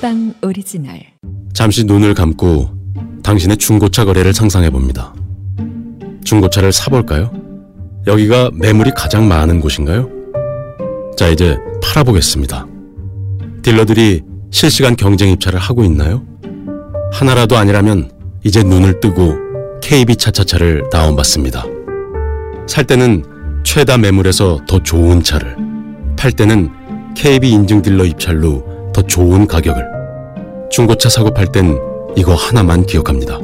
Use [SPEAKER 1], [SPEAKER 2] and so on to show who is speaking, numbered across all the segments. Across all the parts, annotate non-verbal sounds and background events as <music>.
[SPEAKER 1] 팟빵 오리지널
[SPEAKER 2] 잠시 눈을 감고 당신의 중고차 거래를 상상해 봅니다. 중고차를 사볼까요? 여기가 매물이 가장 많은 곳인가요? 자, 이제 팔아보겠습니다. 딜러들이 실시간 경쟁 입찰을 하고 있나요? 하나라도 아니라면 이제 눈을 뜨고 KB 차차차를 다운받습니다. 살 때는 최다 매물에서 더 좋은 차를, 팔 때는 KB 인증 딜러 입찰로 더 좋은 가격을, 중고차 사고 팔 땐 이거 하나만 기억합니다.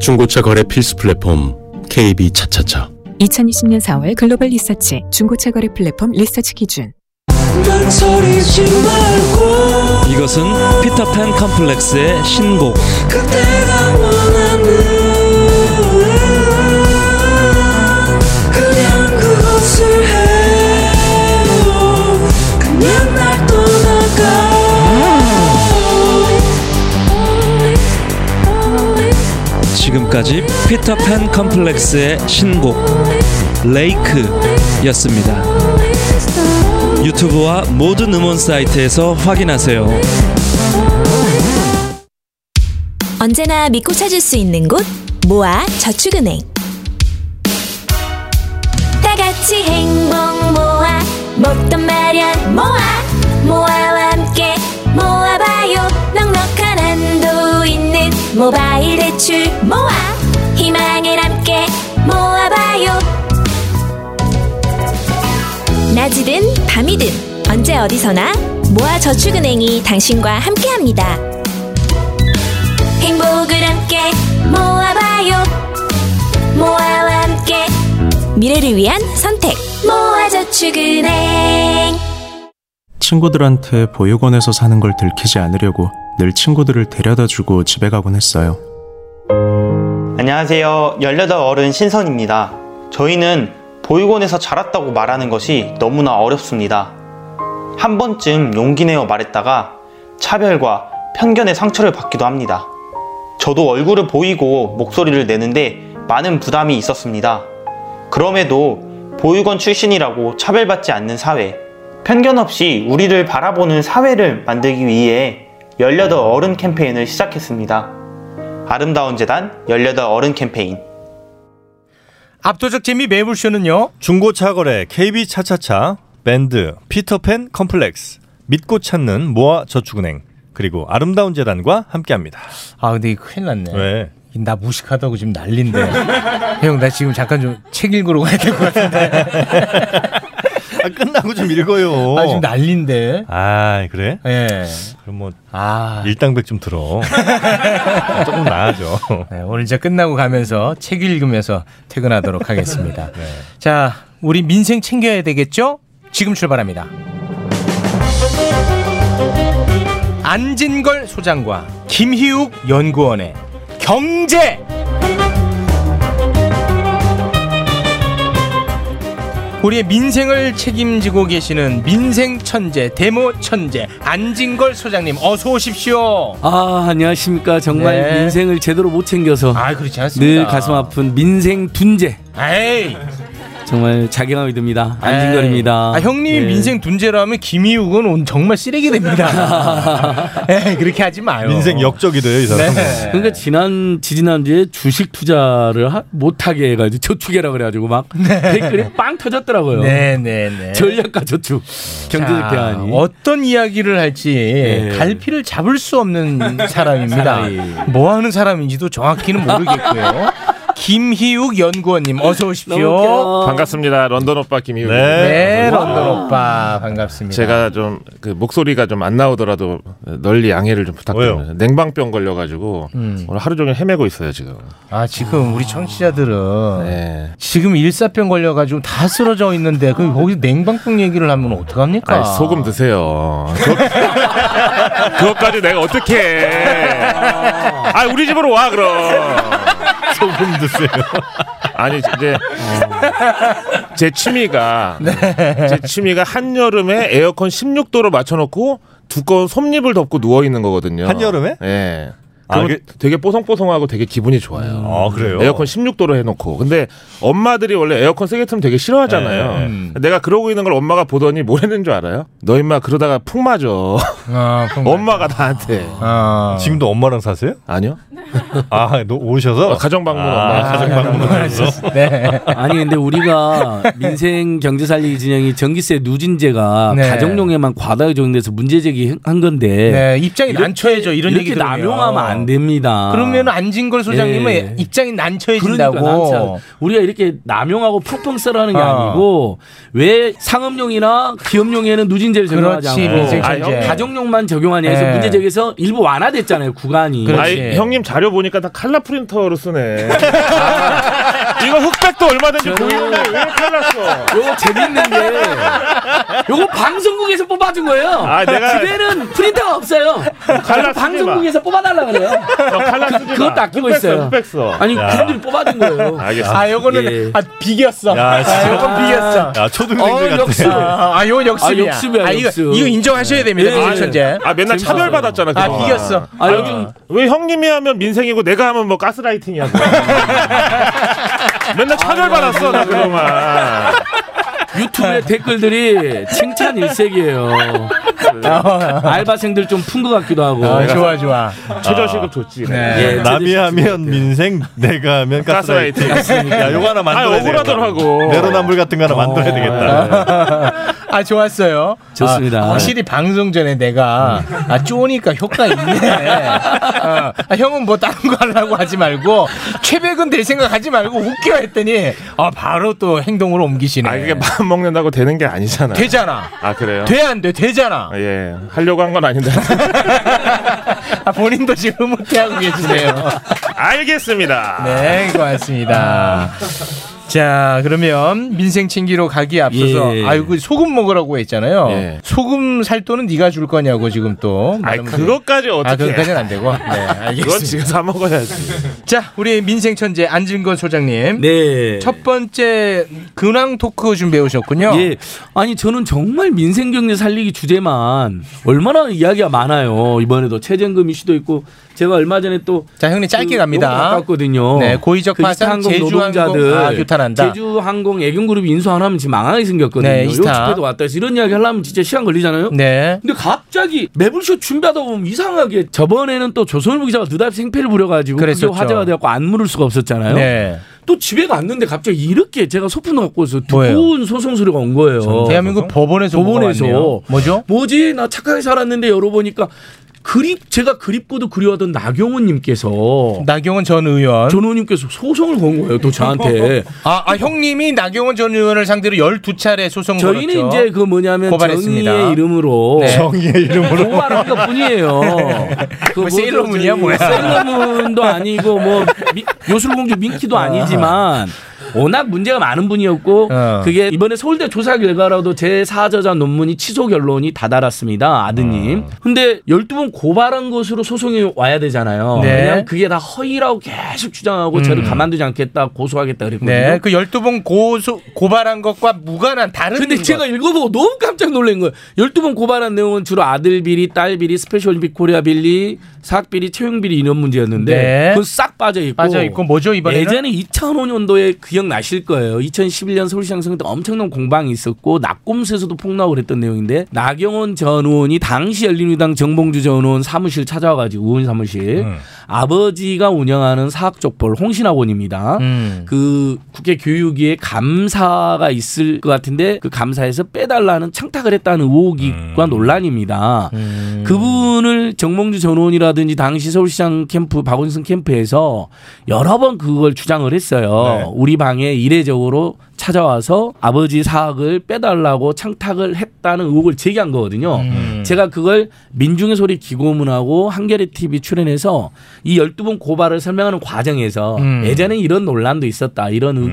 [SPEAKER 2] 중고차 거래 필수 플랫폼 KB 차차차.
[SPEAKER 1] 2020년 4월 글로벌 리서치 중고차 거래 플랫폼 리서치 기준
[SPEAKER 3] 망설이지 말고
[SPEAKER 4] 이것은 피터팬 컴플렉스의 신곡
[SPEAKER 3] 그대가 원하는 그냥 그것을 해요 그냥 날 떠나가
[SPEAKER 4] 지금까지 피터팬 컴플렉스의 신곡 레이크였습니다. 유튜브와 모든 음원 사이트에서 확인하세요.
[SPEAKER 5] 언제나 믿고 찾을 수 있는 곳 모아 저축은행 다 같이 행복 모아 먹던 마련 모아 모아와 함께 모아봐요 넉넉한 한도 있는 모바일 대출 모아 희망을 함께 모아봐요 낮이든 밤이든 언제 어디서나 모아 저축은행이 당신과 함께합니다. 행복을 함께 모아봐요 모아와 함께 미래를 위한 선택 모아저축은행
[SPEAKER 6] 친구들한테 보육원에서 사는 걸 들키지 않으려고 늘 친구들을 데려다 주고 집에 가곤 했어요.
[SPEAKER 7] 안녕하세요. 18 어른 신선입니다. 저희는 보육원에서 자랐다고 말하는 것이 너무나 어렵습니다. 한 번쯤 용기 내어 말했다가 차별과 편견의 상처를 받기도 합니다. 저도 얼굴을 보이고 목소리를 내는데 많은 부담이 있었습니다. 그럼에도 보육원 출신이라고 차별받지 않는 사회, 편견 없이 우리를 바라보는 사회를 만들기 위해 18 어른 캠페인을 시작했습니다. 아름다운 재단 18 어른 캠페인
[SPEAKER 8] 압도적 재미 매불쇼는요.
[SPEAKER 9] 중고차 거래 KB 차차차 밴드 피터팬 컴플렉스 믿고 찾는 모아 저축은행 그리고 아름다운 재단과 함께합니다.
[SPEAKER 8] 아 근데 이거 큰일 났네.
[SPEAKER 9] 왜?
[SPEAKER 8] 나 무식하다고 지금 난린데. <laughs> 형 나 지금 잠깐 좀 책 읽으러 가야 될 것 같은데.
[SPEAKER 9] 아, 끝나고 좀 읽어요.
[SPEAKER 8] 나 아, 지금 난린데.
[SPEAKER 9] 아, 그래?
[SPEAKER 8] 예.
[SPEAKER 9] 그럼 뭐
[SPEAKER 8] 아.
[SPEAKER 9] 일당백 좀
[SPEAKER 8] <laughs>
[SPEAKER 9] 들어. 아, 조금 나아져.
[SPEAKER 8] 네, 오늘 이제 끝나고 가면서 책 읽으면서 퇴근하도록
[SPEAKER 9] <laughs>
[SPEAKER 8] 하겠습니다.
[SPEAKER 9] 네.
[SPEAKER 8] 자, 우리 민생 챙겨야 되겠죠? 지금 출발합니다. 안진걸 소장과 김희욱 연구원의 경제! 우리의 민생을 책임지고 계시는 민생 천재, 대모 천재, 안진걸 소장님, 어서 오십시오.
[SPEAKER 10] 아 안녕하십니까 정말
[SPEAKER 8] 네.
[SPEAKER 10] 민생을 제대로 못 챙겨서
[SPEAKER 8] 아, 그렇지 않습니다.
[SPEAKER 10] 늘 가슴 아픈 민생 둔재
[SPEAKER 8] 에이!
[SPEAKER 10] 정말 자경함이 듭니다 안진걸입니다
[SPEAKER 8] 네. 아, 형님이
[SPEAKER 10] 네.
[SPEAKER 8] 민생 둔재라면 김희욱은 온 정말 쓰레기 됩니다.
[SPEAKER 10] <laughs>
[SPEAKER 8] 에이, 그렇게 하지 마요.
[SPEAKER 9] 인생 역적이 돼요, 이 사람.
[SPEAKER 8] 네.
[SPEAKER 10] 그러니까 지난 지지난주에 주식 투자를 하- 못하게 해가지고 저축해라 그래가지고 막 댓글이 빵 터졌더라고요
[SPEAKER 8] 네, 네, 네.
[SPEAKER 10] 전략가 저축 경제적
[SPEAKER 8] 자,
[SPEAKER 10] 대안이
[SPEAKER 8] 어떤 이야기를 할지
[SPEAKER 10] 네.
[SPEAKER 8] 갈피를 잡을
[SPEAKER 10] <laughs>
[SPEAKER 8] 수 없는 사람입니다. 뭐 하는 사람인지도 정확히는 모르겠고요. 김희욱 연구원님 어서
[SPEAKER 10] 너무
[SPEAKER 8] 오십시오.
[SPEAKER 10] 웃겨.
[SPEAKER 11] 반갑습니다. 런던 오빠 김희우.
[SPEAKER 9] 네.
[SPEAKER 8] 네, 런던 오빠 반갑습니다.
[SPEAKER 11] 제가 좀 그 목소리가 좀 안 나오더라도 널리 양해를 좀 부탁드려요.
[SPEAKER 9] 왜요?
[SPEAKER 11] 냉방병 걸려가지고 오늘 하루 종일 헤매고 있어요 지금.
[SPEAKER 8] 아 지금 우리 청취자들은
[SPEAKER 11] 네.
[SPEAKER 8] 지금 일사병 걸려가지고 다 쓰러져 있는데 그 거기서 냉방병 얘기를 하면 어떡합니까?
[SPEAKER 11] 아이, 소금 드세요. <laughs> 그것- 그것까지 내가 어떻게? 해. 아 우리 집으로 와 그럼.
[SPEAKER 9] 소금 드세요.
[SPEAKER 11] 아니 이제 제 취미가
[SPEAKER 8] 네.
[SPEAKER 11] 제 취미가 한 여름에 에어컨 16도로 맞춰놓고 두꺼운 솜잎을 덮고 누워 있는 거거든요.
[SPEAKER 9] 한여름에?
[SPEAKER 11] 예.
[SPEAKER 9] 아,
[SPEAKER 11] 그거 되게 뽀송뽀송하고 되게 기분이 좋아요.
[SPEAKER 9] 아, 그래요?
[SPEAKER 11] 에어컨 16도로 해놓고. 근데 엄마들이 원래 에어컨 세게 틀면 되게 싫어하잖아요.
[SPEAKER 9] 네.
[SPEAKER 11] 내가 그러고 있는 걸 엄마가 보더니 뭘 했는 줄 알아요? 너 임마 그러다가 풍
[SPEAKER 9] <laughs>
[SPEAKER 11] 맞아. 엄마가 나한테.
[SPEAKER 9] 아.
[SPEAKER 8] 아.
[SPEAKER 9] 지금도 엄마랑 사세요?
[SPEAKER 11] 아니요.
[SPEAKER 9] <laughs> 아, 너 오셔서
[SPEAKER 11] 아, 가정 방문
[SPEAKER 8] 아,
[SPEAKER 9] 엄마. 가정 방문하셔서.
[SPEAKER 8] 네.
[SPEAKER 10] 아니 근데 우리가 민생 경제 살리기 진영이 전기세 누진제가
[SPEAKER 8] 네.
[SPEAKER 10] 가정용에만 과다하게 적용돼서 문제 제기한 건데
[SPEAKER 8] 네, 입장이 난처해져 이런
[SPEAKER 10] 이렇게
[SPEAKER 8] 얘기 들으면.
[SPEAKER 10] 남용하면 안 됩니다.
[SPEAKER 8] 그러면 안진걸 소장님은
[SPEAKER 10] 예.
[SPEAKER 8] 입장이
[SPEAKER 10] 그러니까
[SPEAKER 8] 난처해진다고.
[SPEAKER 10] 난처. 우리가 이렇게 남용하고 펑펑 쓰라는 게
[SPEAKER 8] 어.
[SPEAKER 10] 아니고 왜 상업용이나 기업용에는 누진제를 적용하지
[SPEAKER 8] 그렇지,
[SPEAKER 10] 않고
[SPEAKER 8] 민생 경제. 네.
[SPEAKER 10] 아, 가정용만 적용하냐 해서
[SPEAKER 11] 예.
[SPEAKER 10] 문제 제기해서 일부 완화됐잖아요 구간이.
[SPEAKER 11] 아이, 형님 자료 보니까 다 칼라 프린터로
[SPEAKER 9] <laughs>
[SPEAKER 11] 쓰네. 아, 이거 흑백도 얼마든지 보이는데 왜 이렇게 잘랐어?
[SPEAKER 10] 요거 재밌는데 요거 방송국에서 뽑아준 거예요.
[SPEAKER 11] 아, 내가-
[SPEAKER 10] 집에는 프린터가 없어요.
[SPEAKER 11] 칼라 쓰지
[SPEAKER 10] 방송국에서 뽑아달라 그래요.
[SPEAKER 11] 칼라 쓰지
[SPEAKER 10] 그,
[SPEAKER 11] 마.
[SPEAKER 10] 그것도 아끼고
[SPEAKER 11] 흑백 써,
[SPEAKER 10] 있어요.
[SPEAKER 11] 흑백 써.
[SPEAKER 10] 아니
[SPEAKER 11] 야.
[SPEAKER 10] 그분들이 뽑아준 거예요.
[SPEAKER 11] 알겠습니다.
[SPEAKER 8] 아, 요거는
[SPEAKER 10] 예.
[SPEAKER 8] 아 비겼어.
[SPEAKER 10] 야, 진짜.
[SPEAKER 8] 아, 요건 비겼어.
[SPEAKER 9] 야, 초등생들 같아.
[SPEAKER 8] 역습. 아, 아, 요건 역습이야.
[SPEAKER 10] 아, 역습이야,
[SPEAKER 8] 아, 이거,
[SPEAKER 10] 역습.
[SPEAKER 8] 이거 인정하셔야 됩니다.
[SPEAKER 10] 예.
[SPEAKER 8] 민생 천재.
[SPEAKER 11] 아 맨날 차별 받았잖아.
[SPEAKER 8] 아, 비겼어.
[SPEAKER 11] 아, 요즘 왜 형님이 하면 민생이고 내가 하면 뭐 가스라이팅이야. 맨날 차별 받았어 나 그동안.
[SPEAKER 10] 유튜브에 댓글들이 칭찬 일색이에요. 알바생들 좀 푼 것 같기도 하고.
[SPEAKER 8] 아, 좋아, 좋아. 어. 네.
[SPEAKER 11] 최저시급 좋지.
[SPEAKER 9] 예, 남이 하면 민생, 내가 하면 가스라이팅.
[SPEAKER 11] 가스라이팅.
[SPEAKER 9] 야,
[SPEAKER 8] 네.
[SPEAKER 9] 요거 하나 만들어야
[SPEAKER 11] 아니, 억울하더라고.
[SPEAKER 9] 되겠다. <laughs> 내로남불 같은 거 하나 만들어야 되겠다.
[SPEAKER 8] 아, 좋았어요.
[SPEAKER 10] 좋습니다. 네.
[SPEAKER 8] 아, 확실히 방송 전에 내가 아 쪼니까 효과 있네. 어, 아, 형은 뭐 다른 거 하려고 하지 말고 최백은 될 생각하지 말고 웃겨 했더니 아 바로 또 행동으로 옮기시네.
[SPEAKER 11] 아 이게 마음 먹는다고 되는 게 아니잖아.
[SPEAKER 8] 되잖아.
[SPEAKER 11] 아 그래요?
[SPEAKER 8] 돼 안 돼? 되잖아.
[SPEAKER 11] 아, 예 하려고 한 건 아닌데.
[SPEAKER 8] <laughs> 아, 본인도 지금 못해하고 계시네요.
[SPEAKER 11] 알겠습니다.
[SPEAKER 8] 네, 고맙습니다. 자, 그러면 민생 챙기러 가기 에 앞서서
[SPEAKER 11] 예.
[SPEAKER 8] 아이고 소금 먹으라고 했잖아요.
[SPEAKER 11] 예.
[SPEAKER 8] 소금 살 돈은 네가 줄 거냐고 지금 또.
[SPEAKER 11] 아니,
[SPEAKER 8] 많은 분들이.
[SPEAKER 11] 그것까지 어떻게?
[SPEAKER 8] 아, 그것까지는 안 되고. 네,
[SPEAKER 11] 그건
[SPEAKER 8] 알겠습니다.
[SPEAKER 11] 지금 사 먹어야지.
[SPEAKER 8] 자, 우리 민생 천재 안진건 소장님.
[SPEAKER 10] 네.
[SPEAKER 8] 첫 번째 근황 토크 준비해 오셨군요.
[SPEAKER 10] 예. 아니 저는 정말 민생 경제 살리기 주제만 얼마나 이야기가 많아요. 이번에도 최저임금 이슈도 있고 제가 얼마 전에 또
[SPEAKER 8] 자, 형님
[SPEAKER 10] 그
[SPEAKER 8] 짧게 갑니다.
[SPEAKER 10] 아깝거든요. 그
[SPEAKER 8] 네, 고의적 파산, 제주항공, 아, 규탄한다.
[SPEAKER 10] 제주항공 애경그룹 인수 안 하면 지금 망하게 생겼거든요.
[SPEAKER 8] 네,
[SPEAKER 10] 요
[SPEAKER 8] 이스타.
[SPEAKER 10] 집회도 왔다 해서 이런 이야기 하려면 진짜 시간 걸리잖아요.
[SPEAKER 8] 네.
[SPEAKER 10] 근데 갑자기 매불쇼 준비하다 보면 이상하게 저번에는 또 조선일보 기자가 느닷없이 생패를 부려가지고 그게
[SPEAKER 8] 그랬었죠.
[SPEAKER 10] 화제가 돼갖고 안 물을 수가 없었잖아요.
[SPEAKER 8] 네.
[SPEAKER 10] 또 집에 갔는데 갑자기 이렇게 제가 소품 갖고 와서
[SPEAKER 8] 뭐예요?
[SPEAKER 10] 두꺼운 소송 소리가 온 거예요.
[SPEAKER 8] 대한민국 법원에서
[SPEAKER 10] 어. 법원에서
[SPEAKER 8] 뭐가 왔네요. 뭐죠?
[SPEAKER 10] 뭐지? 나 착하게 살았는데 열어보니까 그립 제가 그립고도 그리워하던 나경원님께서
[SPEAKER 8] 나경원 전 의원
[SPEAKER 10] 전 의원님께서 소송을 건 거예요. 또
[SPEAKER 8] <laughs>
[SPEAKER 10] 저한테
[SPEAKER 8] 아, 아, 형님이 나경원 전 의원을 상대로 12차례 소송
[SPEAKER 10] 저희는
[SPEAKER 8] 걸었죠. 네.
[SPEAKER 10] 이제 그뭐 뭐냐면
[SPEAKER 8] 그렇죠. 고발했습니다.
[SPEAKER 10] 정의의 이름으로
[SPEAKER 8] 네.
[SPEAKER 9] 정의의 이름으로.
[SPEAKER 10] 고발한 것
[SPEAKER 8] <laughs>
[SPEAKER 10] 뿐이에요. 그
[SPEAKER 8] 뭐 세일러문이야,
[SPEAKER 10] 저기
[SPEAKER 8] 뭐야.
[SPEAKER 10] 세일러문도 아니고 뭐 미- 요술공주 민키도 아니지만 워낙 문제가 많은 분이었고
[SPEAKER 8] 어.
[SPEAKER 10] 그게 이번에 서울대 조사 결과로도 제 사저자 논문이 취소 결론이 다다랐습니다. 아드님.
[SPEAKER 8] 어.
[SPEAKER 10] 근데 12번 고발한 것으로 소송이 와야 되잖아요.
[SPEAKER 8] 네. 음.
[SPEAKER 10] 왜냐면 그게 다 허위라고 계속 주장하고 저를 가만두지 않겠다 고소하겠다 그랬거든요.
[SPEAKER 8] 네, 그 12번 고소, 고발한 것과 무관한 다른
[SPEAKER 10] 근데
[SPEAKER 8] 것.
[SPEAKER 10] 제가 읽어보고 너무 깜짝 놀란 거예요. 12번 고발한 내용은 주로 아들 비리, 딸 비리, 스페셜 올림픽 코리아 비리, 사학 비리, 채용 비리 이런 문제였는데
[SPEAKER 8] 네.
[SPEAKER 10] 그건 싹 빠져 있고
[SPEAKER 8] 빠져 있고 뭐죠, 이번에는?
[SPEAKER 10] 예전에 2005년도에 기억나실 거예요. 2011년 서울시장 선거 때 엄청난 공방이 있었고 낙곰수에서도 폭로하고 그랬던 내용인데 나경원 전 의원이 당시 열린우리당 정봉주 전 의원 사무실 찾아와가지고 의원 사무실
[SPEAKER 8] 음.
[SPEAKER 10] 아버지가 운영하는 사학족벌
[SPEAKER 8] 음.
[SPEAKER 10] 홍신학원입니다. 그 국회 교육위에 감사가 있을 것 같은데 그 감사에서 빼달라는 청탁을 했다는 의혹과 논란입니다.
[SPEAKER 8] 음.
[SPEAKER 10] 그분을 정몽주 전 의원이라든지 당시 서울시장 캠프 박원순 캠프에서 여러 번 그걸 주장을 했어요.
[SPEAKER 8] 네.
[SPEAKER 10] 우리 방에 이례적으로 찾아와서 아버지 사학을 빼달라고 청탁을 했다는 의혹을 제기한 거거든요.
[SPEAKER 8] 음.
[SPEAKER 10] 제가 그걸 민중의 소리 기고문하고 한겨레 TV 출연해서 이 12번 고발을 설명하는 과정에서
[SPEAKER 8] 음.
[SPEAKER 10] 예전에 이런 논란도 있었다. 이런 의-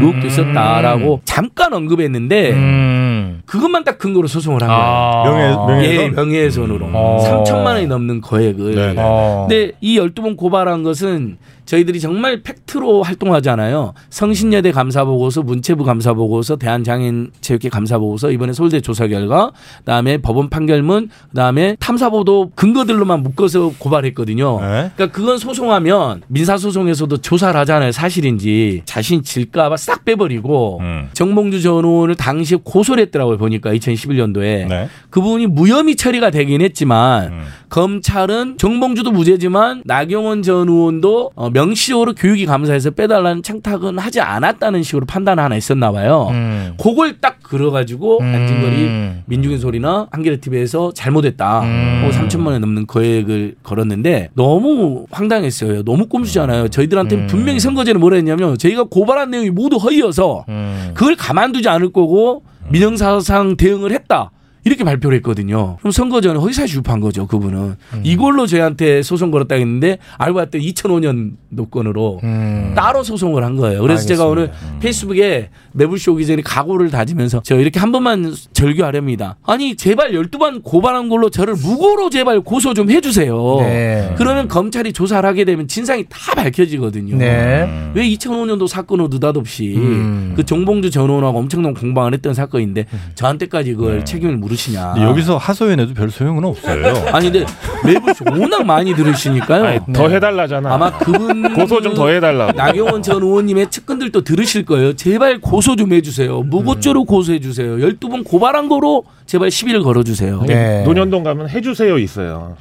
[SPEAKER 10] 의혹도
[SPEAKER 8] 음.
[SPEAKER 10] 있었다라고 잠깐 언급했는데 그것만 딱 근거로 소송을 한
[SPEAKER 8] 아.
[SPEAKER 10] 거예요.
[SPEAKER 9] 명예- 명예훼손?
[SPEAKER 10] 예, 명예훼손으로.
[SPEAKER 8] 어.
[SPEAKER 10] 3천만 원이 넘는 거액을.
[SPEAKER 9] 네네.
[SPEAKER 8] 어.
[SPEAKER 10] 근데 이 12번 고발한 것은 저희들이 정말 팩트로 활동하잖아요. 성신여대 감사 보고서, 문체부 감사 보고서 대한장애인 체육회 감사 보고서 이번에 서울대 조사 결과 그다음에 법원 판결문 그다음에 탐사보도 근거들로만 묶어서 고발했거든요. 그러니까 그건 소송하면 민사 소송에서도 조사를 하잖아요. 사실인지 자신 질까 봐 싹 빼버리고 정몽주 전 의원을 당시에 고소를 했더라고요. 보니까 2011년도에 그분이 무혐의 처리가 되긴 했지만 검찰은 정봉주도 무죄지만 나경원 전 의원도 어, 명시적으로 교육이 감사해서 빼달라는 창탁은 하지 않았다는 식으로 판단 하나 있었나 봐요.
[SPEAKER 8] 음.
[SPEAKER 10] 그걸 딱 그려가지고 안진걸이 민중인 소리나 한겨레 TV에서 잘못했다. 그 3천만 원 넘는 거액을 걸었는데 너무 황당했어요. 너무 꼼수잖아요. 저희들한테 는 분명히 선거제는 뭐라 했냐면 저희가 고발한 내용이 모두 허위여서
[SPEAKER 8] 음.
[SPEAKER 10] 그걸 가만두지 않을 거고 민영사상 대응을 했다. 이렇게 발표를 했거든요. 그럼 선거 전에 허위사실 유포한 거죠, 그분은.
[SPEAKER 8] 음.
[SPEAKER 10] 이걸로 저희한테 소송 걸었다 했는데 알고 봤더니 2005년 노건으로
[SPEAKER 8] 음.
[SPEAKER 10] 따로 소송을 한 거예요. 그래서 제가 오늘 페이스북에 매불쇼 오기 전에 각오를 다지면서 저 이렇게 한 번만 절규하렵니다. 아니, 제발 12번 고발한 걸로 저를 무고로 제발 고소 좀 해주세요.
[SPEAKER 8] 네.
[SPEAKER 10] 그러면 검찰이 조사를 하게 되면 진상이 다 밝혀지거든요.
[SPEAKER 8] 네.
[SPEAKER 10] 왜 2005년도 사건으로 느닷없이
[SPEAKER 9] 음.
[SPEAKER 10] 그 정봉주 전 의원하고 엄청난 공방을 했던 사건인데 저한테까지 그걸 책임을 물으시냐.
[SPEAKER 9] 네. 근데 여기서 하소연해도 별 소용은 없어요.
[SPEAKER 10] <laughs> 아니 근데 매번 워낙 많이 들으시니까요. 더
[SPEAKER 8] 네.
[SPEAKER 10] 해달라잖아. 아마 그분 고소 좀 더 해달라고. 나경원 전 의원님의 측근들도 들으실 거예요. 제발 고소 좀 해주세요. 무고죄로
[SPEAKER 9] 음.
[SPEAKER 10] 고소해 주세요. 12번 고발한 거로 제발 시비를 걸어주세요.
[SPEAKER 9] 네.
[SPEAKER 8] 네.
[SPEAKER 11] 노년동 가면 해주세요 있어요.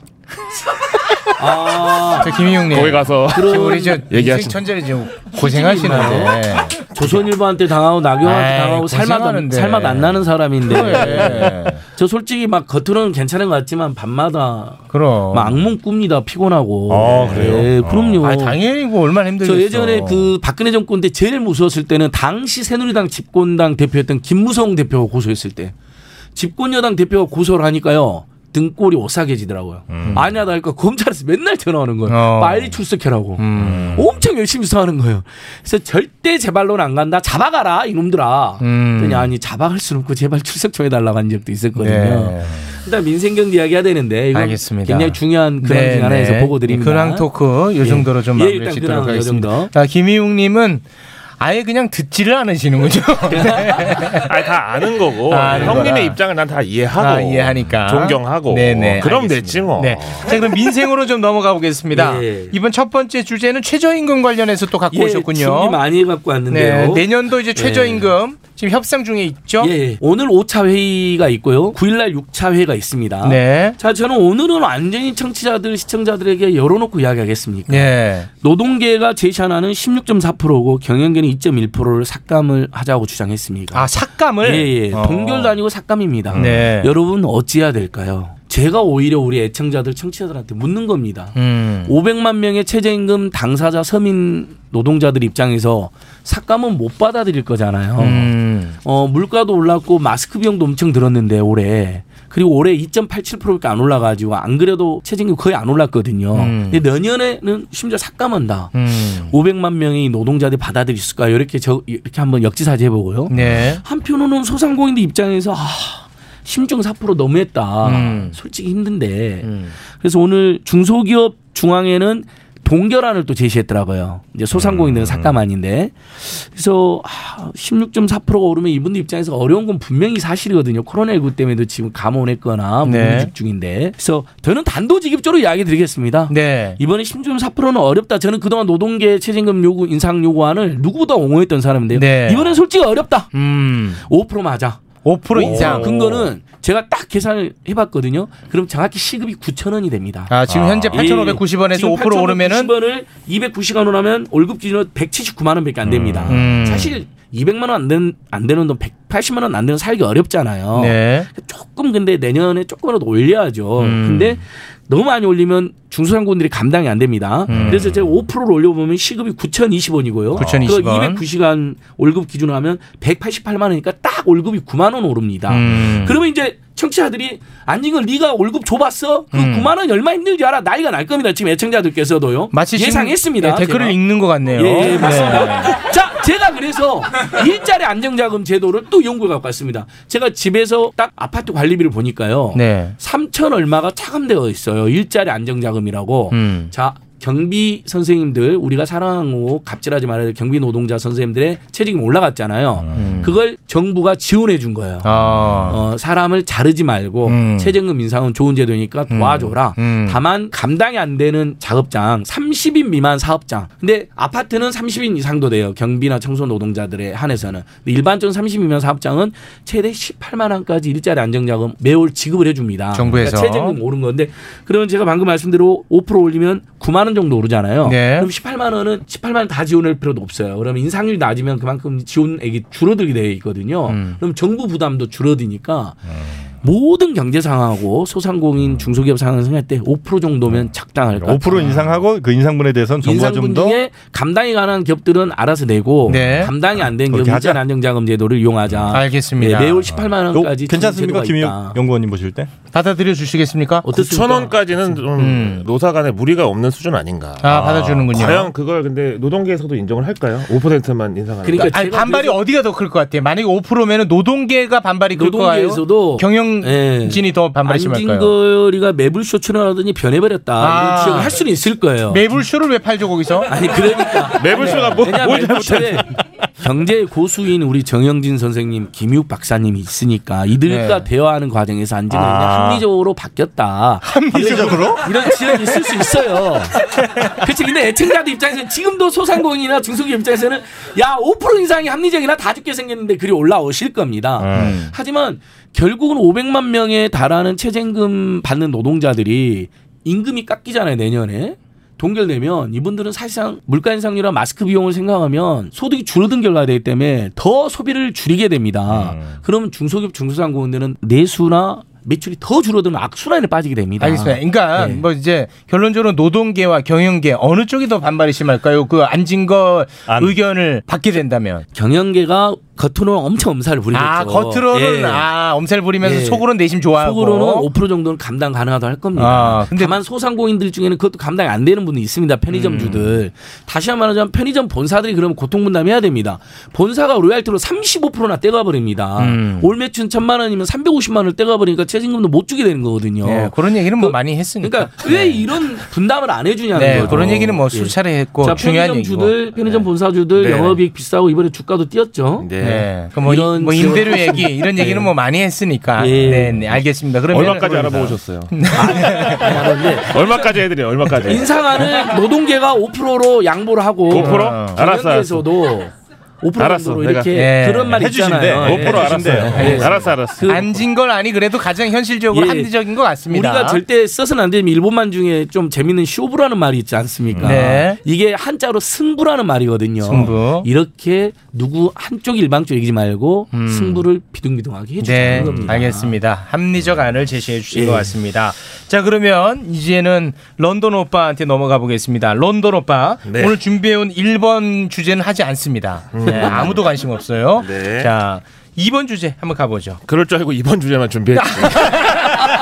[SPEAKER 10] 아,
[SPEAKER 8] 저 김희용님
[SPEAKER 11] 거기 가서
[SPEAKER 8] 지금 우리 저
[SPEAKER 11] 얘기하시.
[SPEAKER 8] 인생 천재를 지금 고생하시는데
[SPEAKER 10] 조선일보한테 당하고 나경원한테
[SPEAKER 8] 에이,
[SPEAKER 10] 당하고 살맛 안,
[SPEAKER 8] 고생하는데.
[SPEAKER 10] 살맛 안 나는
[SPEAKER 8] 그래.
[SPEAKER 10] 사람인데 저 솔직히 막 겉으로는 괜찮은 것 같지만 밤마다
[SPEAKER 8] 그럼
[SPEAKER 10] 막 악몽 꿉니다 피곤하고
[SPEAKER 8] 어. 아, 그래요?
[SPEAKER 10] 예, 그럼요
[SPEAKER 8] 아, 당연히 그 얼마나 힘들겠어.
[SPEAKER 10] 저 예전에 그 박근혜 정권 때 제일 무서웠을 때는 당시 새누리당 집권당 대표였던 김무성 대표가 고소했을 때 집권여당 대표가 고소를 하니까요 등골이 오싹해지더라고요. 아니야 나할까 검찰에서 맨날 전화 오는 거예요.
[SPEAKER 8] 음. 어. 음.
[SPEAKER 10] 빨리 출석해라고. 엄청 열심히 수사하는 거예요. 그래서 절대 제발로는 안 간다. 잡아가라 이놈들아.
[SPEAKER 8] 음.
[SPEAKER 10] 그랬더니 아니 잡아갈 수는 없고 제발 출석 좀 해달라고 한 적도 있었거든요.
[SPEAKER 8] 네.
[SPEAKER 10] 일단 민생경제 이야기해야 되는데 이건
[SPEAKER 8] 알겠습니다.
[SPEAKER 10] 굉장히 중요한 근황
[SPEAKER 8] 네,
[SPEAKER 10] 중 하나에서
[SPEAKER 8] 네.
[SPEAKER 10] 보고 드립니다.
[SPEAKER 8] 근황 토크 요 정도로 좀
[SPEAKER 10] 예,
[SPEAKER 8] 마무리
[SPEAKER 10] 일단
[SPEAKER 8] 짓도록
[SPEAKER 10] 근황은 요
[SPEAKER 8] 하겠습니다.
[SPEAKER 10] 정도.
[SPEAKER 8] 자, 김희웅님은 아예 그냥 듣지를
[SPEAKER 10] <laughs>
[SPEAKER 8] 않으시는 거죠.
[SPEAKER 10] 네.
[SPEAKER 11] 아니 다 아는 거고
[SPEAKER 8] 아, 아는
[SPEAKER 11] 형님의
[SPEAKER 8] 거라.
[SPEAKER 11] 입장을 난 다 이해하고
[SPEAKER 8] 아, 이해하니까
[SPEAKER 11] 존경하고
[SPEAKER 8] 네네,
[SPEAKER 11] 그럼
[SPEAKER 8] 알겠습니다.
[SPEAKER 11] 됐지 뭐.
[SPEAKER 8] <laughs> 네. 자 그럼 민생으로 좀 넘어가 보겠습니다. 이번 첫 번째 주제는 최저임금 관련해서 또 갖고
[SPEAKER 10] 예, 준비
[SPEAKER 8] 오셨군요.
[SPEAKER 10] 많이 갖고
[SPEAKER 8] 네,
[SPEAKER 10] 왔는데요.
[SPEAKER 8] 내년도 이제 최저임금 지금 협상 중에 있죠.
[SPEAKER 10] 예, 오늘 5차 회의가 있고요. 9일날 6차 회의가 있습니다.
[SPEAKER 8] 네.
[SPEAKER 10] 자, 저는 오늘은 완전히 청취자들, 시청자들에게 열어놓고 이야기하겠습니까?
[SPEAKER 8] 예.
[SPEAKER 10] 노동계가 제시하는 16.4%고 경영계는 2.1%를 삭감을 하자고 주장했습니다.
[SPEAKER 8] 아, 삭감을?
[SPEAKER 10] 예, 예.
[SPEAKER 8] 어.
[SPEAKER 10] 동결도 아니고 삭감입니다.
[SPEAKER 8] 네.
[SPEAKER 10] 여러분 어찌해야 될까요? 제가 오히려 우리 애청자들, 청취자들한테 묻는 겁니다.
[SPEAKER 8] 음.
[SPEAKER 10] 500만 명의 최저임금 당사자 서민 노동자들 입장에서 삭감은 못 받아들일 거잖아요.
[SPEAKER 8] 음.
[SPEAKER 10] 어, 물가도 올랐고 마스크 비용도 엄청 들었는데 올해 그리고 올해 2.87%밖에 안 올라가지고 안 그래도 최저임금 거의 안 올랐거든요.
[SPEAKER 12] 음.
[SPEAKER 10] 근데 내년에는 심지어 삭감한다.
[SPEAKER 12] 음.
[SPEAKER 10] 500만 명이 노동자들이 받아들일 수 있을까 이렇게 저 이렇게 한번 역지사지 해보고요.
[SPEAKER 8] 네.
[SPEAKER 10] 한편으로는 소상공인들 입장에서 아, 심중 4% 너무했다.
[SPEAKER 8] 음.
[SPEAKER 10] 솔직히 힘든데. 그래서 오늘 중소기업 중앙에는 동결안을 또 제시했더라고요. 이제 소상공인들은
[SPEAKER 8] 음.
[SPEAKER 10] 삭감 아닌데. 그래서 아, 16.4%가 오르면 이분들 입장에서 어려운 건 분명히 사실이거든요. 코로나19 때문에도 지금 감원했거나
[SPEAKER 8] 네.
[SPEAKER 10] 무직 중인데. 그래서 저는 단도직입적으로 이야기 드리겠습니다.
[SPEAKER 8] 네.
[SPEAKER 10] 이번에 16.4%는 어렵다. 저는 그동안 노동계 최저임금 요구 인상 요구안을 누구보다 옹호했던 사람인데요.
[SPEAKER 8] 네.
[SPEAKER 10] 이번엔 솔직히 어렵다.
[SPEAKER 8] 음.
[SPEAKER 10] 5% 맞아.
[SPEAKER 8] 5% 인상.
[SPEAKER 10] 근거는 제가 딱 계산을 해봤거든요. 그럼 정확히 시급이 9천 원이 됩니다. 예.
[SPEAKER 8] 아, 지금 현재 8,590 원에서 5% 오르면은?
[SPEAKER 10] 9원을 290원으로 하면 월급 기준으로 179만 원밖에 안 됩니다.
[SPEAKER 8] 음.
[SPEAKER 10] 사실 200만 원 안 되는 안 되는 돈 180만 원 안 되는 살기 어렵잖아요.
[SPEAKER 8] 네.
[SPEAKER 10] 조금 근데 내년에 조금이라도 올려야죠.
[SPEAKER 8] 음.
[SPEAKER 10] 근데 너무 많이 올리면 중소상공인들이 감당이 안 됩니다.
[SPEAKER 8] 음.
[SPEAKER 10] 그래서 제가 5%를 올려보면 시급이 9,020원이고요.
[SPEAKER 8] 9,020
[SPEAKER 10] 그 209시간 월급 기준으로 하면 188만 원이니까 딱 월급이 9만 원 오릅니다.
[SPEAKER 8] 음.
[SPEAKER 10] 그러면 이제 청취자들이 안진걸 네가 월급 줘봤어? 그
[SPEAKER 8] 음.
[SPEAKER 10] 9만 원 얼마 힘들지 알아? 나이가 날 겁니다. 지금 애청자들께서도요.
[SPEAKER 8] 마치 지금
[SPEAKER 10] 예상했습니다.
[SPEAKER 8] 네, 댓글을
[SPEAKER 10] 제가.
[SPEAKER 8] 읽는 것 같네요.
[SPEAKER 10] 예, 예, 맞습니다.
[SPEAKER 8] 네.
[SPEAKER 10] 자, 제가 그래서 일자리 안정자금 제도를 또 연구해 갖고 왔습니다. 제가 집에서 딱 아파트 관리비를 보니까요.
[SPEAKER 8] 네.
[SPEAKER 10] 3천 얼마가 차감되어 있어요. 일자리 안정자금이라고.
[SPEAKER 8] 음.
[SPEAKER 10] 자, 경비 선생님들 우리가 사랑하고 갑질하지 말아야 될 경비 노동자 선생님들의 체직이 올라갔잖아요. 그걸 정부가 지원해 준 거예요.
[SPEAKER 8] 아,
[SPEAKER 10] 어, 사람을 자르지 말고
[SPEAKER 12] 음.
[SPEAKER 10] 최저임금 인상은 좋은 제도니까 도와줘라.
[SPEAKER 12] 음.
[SPEAKER 10] 다만 감당이 안 되는 작업장 30인 미만 사업장. 근데 아파트는 30인 이상도 돼요. 경비나 청소 노동자들에 한해서는. 근데 일반적인 30인 미만 사업장은 최대 18만 원까지 일자리 안정자금 매월 지급을 해줍니다.
[SPEAKER 8] 정부에서.
[SPEAKER 10] 그러니까 최저임금 오른 건데 그러면 제가 방금 말씀대로 5% 올리면 9만 원 정도 오르잖아요.
[SPEAKER 8] 네.
[SPEAKER 10] 그럼 18만 원은 18만 원 다 지원할 필요도 없어요. 그러면 인상률이 낮으면 그만큼 지원액이 줄어들게 돼 있거든요.
[SPEAKER 9] 음.
[SPEAKER 10] 그럼 정부 부담도 줄어드니까 모든 경제 상황하고
[SPEAKER 9] 음.
[SPEAKER 10] 소상공인 중소기업 상황 생각할 때 5% 정도면 적당할 것 같아요.
[SPEAKER 9] 5% 인상하고 그 인상분에 대해서는 음. 정부가
[SPEAKER 10] 인상분
[SPEAKER 9] 좀더
[SPEAKER 10] 중에 감당이 가능한 기업들은 알아서 내고
[SPEAKER 9] 네.
[SPEAKER 10] 감당이 안 된
[SPEAKER 9] 그렇게
[SPEAKER 10] 기업은
[SPEAKER 9] 하자.
[SPEAKER 10] 일자리 안정자금 제도를 이용하자.
[SPEAKER 9] 알겠습니다.
[SPEAKER 10] 네, 매월 18만 원까지
[SPEAKER 9] 요- 괜찮습니까,
[SPEAKER 10] 지원 제도가
[SPEAKER 9] 김희욱 연구원님 보실 때?
[SPEAKER 8] 받아들여 주시겠습니까?
[SPEAKER 10] 어,
[SPEAKER 11] 9천 원까지는 좀 노사 간에 무리가 없는 수준 아닌가.
[SPEAKER 8] 음. 아, 받아주는군요.
[SPEAKER 11] 과연 그걸 근데 노동계에서도 인정을 할까요? 5%만 인상하는.
[SPEAKER 8] 그러니까 아니, 반발이 어디가 더 클 것 같아요? 만약에 5%면은 노동계가 반발이 클 거예요.
[SPEAKER 10] 그 노동계에서도 예.
[SPEAKER 8] 경영진이 더 반발이 심할까요?
[SPEAKER 10] 안진걸이가 매불쇼 출연하더니 변해버렸다.
[SPEAKER 8] 아.
[SPEAKER 10] 이런 지적을 할 수는 있을 거예요.
[SPEAKER 8] 매불쇼를 왜 팔죠 거기서?
[SPEAKER 10] 아니 그러니까
[SPEAKER 8] <laughs> 매불쇼가
[SPEAKER 10] 네.
[SPEAKER 8] 뭐-
[SPEAKER 10] 왜냐면
[SPEAKER 8] 뭘
[SPEAKER 10] 매불쇼에 경제 고수인 우리 정영진 선생님, 김육 박사님이 있으니까 이들과
[SPEAKER 12] 네.
[SPEAKER 10] 대화하는 과정에서 안진걸이
[SPEAKER 12] 아.
[SPEAKER 10] 합리적으로 바뀌었다.
[SPEAKER 12] 합리적으로?
[SPEAKER 10] 이런 지적이 있을 수 있어요. 그렇지. 근데 애청자들 입장에서는 지금도 소상공인이나 중소기업 입장에서는 야 5% 인상이 합리적이나 다 죽게 생겼는데 글이 올라오실 겁니다.
[SPEAKER 12] 음.
[SPEAKER 10] 하지만 결국은 500만 명에 달하는 최저임금 받는 노동자들이 임금이 깎이잖아요 내년에. 동결되면 이분들은 사실상 물가 인상률이나 마스크 비용을 생각하면 소득이 줄어든 결과가 되기 때문에 더 소비를 줄이게 됩니다.
[SPEAKER 12] 음.
[SPEAKER 10] 그러면 중소기업 중소상공인들은 내수나 매출이 더 줄어드는 악순환에 빠지게 됩니다. 네.
[SPEAKER 8] 알겠습니다. 그러니까 뭐 이제 결론적으로 노동계와 경영계 어느 쪽이 더 반발이 심할까요? 그 안진걸 의견을 받게 된다면
[SPEAKER 10] 경영계가 겉으로는 엄청 엄살을 부리겠죠.
[SPEAKER 8] 아 겉으로는
[SPEAKER 10] 그렇죠. 예.
[SPEAKER 8] 아 엄살 부리면서
[SPEAKER 10] 예.
[SPEAKER 8] 속으로는 내심 좋아하고
[SPEAKER 10] 속으로는 5% 정도는 감당 가능하다 할 겁니다.
[SPEAKER 8] 아,
[SPEAKER 10] 다만 소상공인들 중에는 그것도 감당이 안 되는 분이 있습니다.
[SPEAKER 8] 음.
[SPEAKER 10] 편의점주들. 다시 한번 말하자면 편의점 본사들이 그러면 고통분담해야 됩니다. 본사가 로얄티로 35%나 떼가버립니다.
[SPEAKER 8] 음.
[SPEAKER 10] 올 매출 천만 원이면 350만 원을 떼가버리니까 최저임금도 못 주게 되는 거거든요.
[SPEAKER 8] 예, 그런 얘기는 뭐 많이 했으니까.
[SPEAKER 10] 어. 그러니까 왜 이런 분담을 안 해주냐는
[SPEAKER 8] 네,
[SPEAKER 10] 거죠. 예.
[SPEAKER 8] 그런 얘기는 뭐 수차례 했고
[SPEAKER 10] 자,
[SPEAKER 8] 중요한
[SPEAKER 10] 편의점주들, 편의점 본사주들
[SPEAKER 8] 네.
[SPEAKER 10] 영업이익 비싸고 이번에 주가도 뛰었죠.
[SPEAKER 8] 네. 그뭐 이- 뭐
[SPEAKER 10] 지원-
[SPEAKER 8] 임대료 얘기
[SPEAKER 10] 네.
[SPEAKER 8] 이런 얘기는 뭐 많이 했으니까.
[SPEAKER 11] 예.
[SPEAKER 8] 네, 네, 알겠습니다. 그러면
[SPEAKER 11] 얼마까지 알아보셨어요? 얼마까지 해드려? 얼마까지?
[SPEAKER 10] 인상안을 노동계가 5%로 양보를 하고
[SPEAKER 11] 5%? 알았어, 알았어.
[SPEAKER 10] 경영계에서도 5%
[SPEAKER 11] 알았어,
[SPEAKER 10] 정도로
[SPEAKER 11] 내가.
[SPEAKER 10] 이렇게
[SPEAKER 11] 예.
[SPEAKER 10] 그런 말
[SPEAKER 11] 해주신대.
[SPEAKER 10] 있잖아요.
[SPEAKER 9] 네,
[SPEAKER 11] 5% 알았어요.
[SPEAKER 10] 해주신대요.
[SPEAKER 11] 예.
[SPEAKER 10] 예.
[SPEAKER 11] 알았어, 알았어.
[SPEAKER 10] 그
[SPEAKER 8] 안진 건 아니 그래도 가장 현실적으로
[SPEAKER 10] 예.
[SPEAKER 8] 합리적인 것 같습니다.
[SPEAKER 10] 우리가 절대 써서는 안 되는 일본말 중에 좀 재밌는 쇼부라는 말이 있지
[SPEAKER 11] 음.
[SPEAKER 10] 않습니까?
[SPEAKER 8] 네.
[SPEAKER 10] 이게 한자로 승부라는 말이거든요.
[SPEAKER 8] 승부.
[SPEAKER 10] 이렇게 누구 한쪽 일방쪽 얘기지 말고
[SPEAKER 8] 음.
[SPEAKER 10] 승부를 비등비등하게 해주자는
[SPEAKER 8] 네,
[SPEAKER 10] 겁니다.
[SPEAKER 8] 알겠습니다. 합리적 안을 제시해 주신
[SPEAKER 10] 예.
[SPEAKER 8] 것 같습니다. 자, 그러면 이제는 런던 오빠한테 넘어가 보겠습니다. 런던 오빠,
[SPEAKER 12] 네.
[SPEAKER 8] 오늘 준비해온 1번 주제는 하지 않습니다.
[SPEAKER 11] 음.
[SPEAKER 8] 네, 아무도 관심 없어요.
[SPEAKER 11] 네.
[SPEAKER 8] 자, 2번 주제 한번 가보죠.
[SPEAKER 11] 그럴 줄 알고 이번 주제만 준비했지.
[SPEAKER 9] <laughs>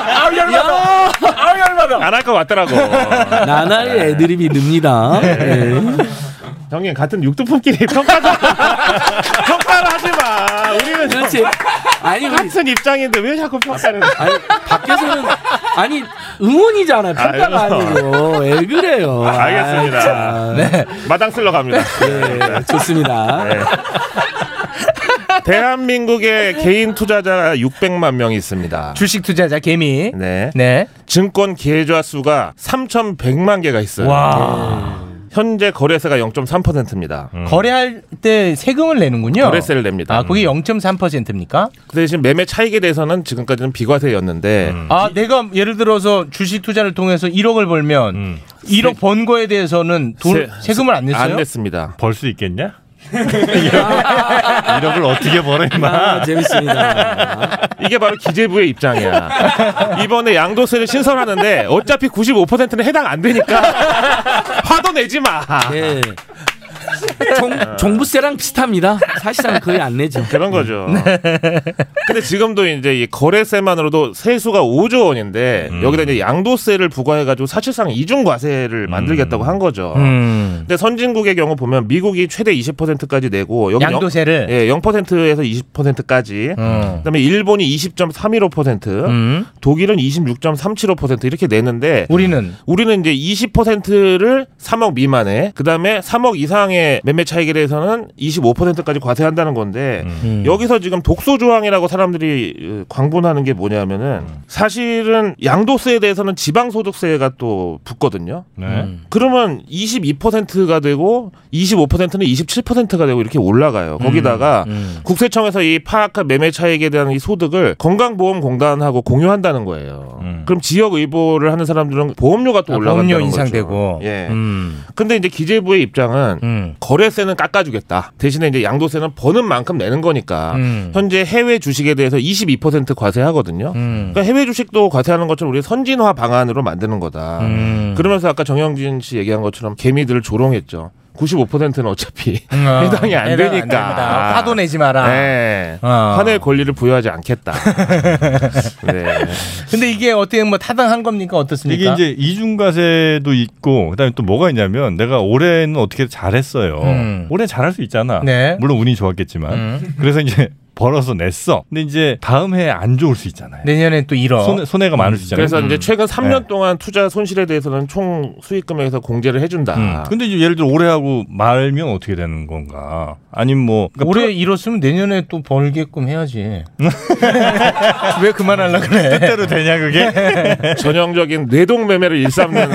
[SPEAKER 8] 아우 열받아. 아우 열받아.
[SPEAKER 11] 안 할 거 <laughs> 같더라고.
[SPEAKER 10] 나날 애드립이 늡니다. 네.
[SPEAKER 11] 형님 같은 육두품끼리 <laughs> 평가를 평가를 하지 마. 우리는
[SPEAKER 10] 그렇지. 아니
[SPEAKER 11] 같은 입장인데 왜 자꾸 평가를?
[SPEAKER 10] 아니 밖에서는 아니 응원이잖아 평가가
[SPEAKER 11] 아,
[SPEAKER 10] 아,
[SPEAKER 11] 응원.
[SPEAKER 10] 니고왜 그래요?
[SPEAKER 11] <laughs> 알겠습니다.
[SPEAKER 10] 아,
[SPEAKER 11] 네. 마당 쓸러 갑니다.
[SPEAKER 9] 네.
[SPEAKER 10] 좋습니다.
[SPEAKER 11] 네. 대한민국의 개인 투자자 600만 명이 있습니다.
[SPEAKER 8] 주식 투자자 개미.
[SPEAKER 11] 네.
[SPEAKER 8] 네.
[SPEAKER 11] 증권 계좌 수가 3,100만 개가 있어요.
[SPEAKER 8] 와.
[SPEAKER 11] 현재 거래세가 0.3%입니다.
[SPEAKER 9] 음.
[SPEAKER 8] 거래할 때 세금을 내는군요.
[SPEAKER 11] 음. 거래세를 냅니다.
[SPEAKER 8] 아, 그게 0.3%입니까?
[SPEAKER 11] 그 대신 매매 차익에 대해서는 지금까지는 비과세였는데
[SPEAKER 9] 음.
[SPEAKER 8] 아, 내가 예를 들어서 주식 투자를 통해서 1억을 벌면 1억 번 거에 대해서는 돈
[SPEAKER 11] 세-
[SPEAKER 8] 세, 금을안 냈어요?
[SPEAKER 11] 안 냈습니다.
[SPEAKER 9] 벌 수
[SPEAKER 11] <laughs>
[SPEAKER 9] 있겠냐? 1억을 어떻게 벌어 임마?
[SPEAKER 10] 아,
[SPEAKER 11] 이게 바로 기재부의 입장이야. 이번에 양도세를 신설하는데 <laughs> 예. 어차피 95%는 해당 안 되니까 화도 내지 마. 아.
[SPEAKER 10] 종, 종부세랑 비슷합니다. 사실상 거의 안 내죠.
[SPEAKER 11] 그런 거죠.
[SPEAKER 8] 네.
[SPEAKER 11] 근데 지금도 이제 이 거래세만으로도 세수가 5조 원인데
[SPEAKER 8] 음.
[SPEAKER 11] 여기다 이제 양도세를 부과해가지고 사실상 이중과세를 만들겠다고 한 거죠.
[SPEAKER 8] 음.
[SPEAKER 11] 근데 선진국의 경우 보면 미국이 최대 20%까지 내고 여기
[SPEAKER 8] 양도세를?
[SPEAKER 11] 영, 예, 0%에서 20%까지.
[SPEAKER 8] 음.
[SPEAKER 11] 그다음에 일본이 20.315%,
[SPEAKER 8] 음.
[SPEAKER 11] 독일은 26.375% 이렇게 내는데
[SPEAKER 8] 우리는
[SPEAKER 11] 예. 우리는 이제 20%를 3억 미만에 그다음에 3억 이상의 매매 차익에 대해서는 25%까지 과세한다는 건데
[SPEAKER 8] 음.
[SPEAKER 11] 여기서 지금 독소 조항이라고 사람들이 어, 광분하는 게 뭐냐면은 사실은 양도세에 대해서는 지방 소득세가 또 붙거든요.
[SPEAKER 8] 네.
[SPEAKER 11] 그러면 22%가 되고 25%는 27%가 되고 이렇게 올라가요.
[SPEAKER 8] 음,
[SPEAKER 11] 거기다가 국세청에서 이 파악한 매매 차익에 대한 이 소득을 건강보험공단하고 공유한다는 거예요. 그럼 지역 의보를 하는 사람들은 보험료가 또
[SPEAKER 8] 음. 아,
[SPEAKER 11] 올라간다는
[SPEAKER 8] 보험료
[SPEAKER 11] 거죠.
[SPEAKER 8] 인상되고.
[SPEAKER 11] 예.
[SPEAKER 8] 음.
[SPEAKER 11] 근데 이제 기재부의 입장은 거래세는 깎아주겠다. 대신에 이제 양도세는 버는 만큼 내는 거니까
[SPEAKER 8] 음.
[SPEAKER 11] 현재 해외 주식에 대해서 22% 과세하거든요.
[SPEAKER 8] 음.
[SPEAKER 11] 그러니까 해외 주식도 과세하는 것처럼 우리 선진화 방안으로 만드는 거다.
[SPEAKER 8] 음.
[SPEAKER 11] 그러면서 아까 정영진 씨 얘기한 것처럼 개미들을 조롱했죠. 95%는 어차피 <laughs>
[SPEAKER 8] 어,
[SPEAKER 11] 해당이 안
[SPEAKER 8] 해당 안
[SPEAKER 11] 되니까
[SPEAKER 8] 됩니다. 화도 내지 마라.
[SPEAKER 11] 네.
[SPEAKER 8] 어.
[SPEAKER 11] 화낼 권리를 부여하지 않겠다. 네.
[SPEAKER 8] 근데 이게 어떻게 뭐 타당한 겁니까? 어떻습니까?
[SPEAKER 9] 이게 이제 이중과세도 있고 그다음에 또 뭐가 있냐면 내가 올해는 어떻게 잘했어요.
[SPEAKER 8] 음.
[SPEAKER 9] 올해 잘할 수 있잖아.
[SPEAKER 8] 네.
[SPEAKER 9] 물론 운이 좋았겠지만
[SPEAKER 8] 음.
[SPEAKER 9] 그래서 이제 벌어서 냈어. 근데 이제 다음 해에 안 좋을 수 있잖아요.
[SPEAKER 8] 내년에 또 잃어.
[SPEAKER 9] 손해, 손해가 많을 수 있잖아요.
[SPEAKER 11] 그래서 이제 최근 3년
[SPEAKER 9] 네.
[SPEAKER 11] 동안 투자 손실에 대해서는 총 수익 금액에서 공제를 해준다.
[SPEAKER 9] 음. 근데 이제 예를 들어 올해 하고 말면 어떻게 되는 건가? 아니면 뭐 그러니까
[SPEAKER 8] 올해 잃었으면 내년에 또 벌게끔 해야지. <laughs> 왜 그만하려 그래?
[SPEAKER 9] 뜻대로
[SPEAKER 8] <laughs>
[SPEAKER 9] 되냐 그게?
[SPEAKER 11] <laughs> 전형적인 뇌동 매매를 <laughs> 일삼는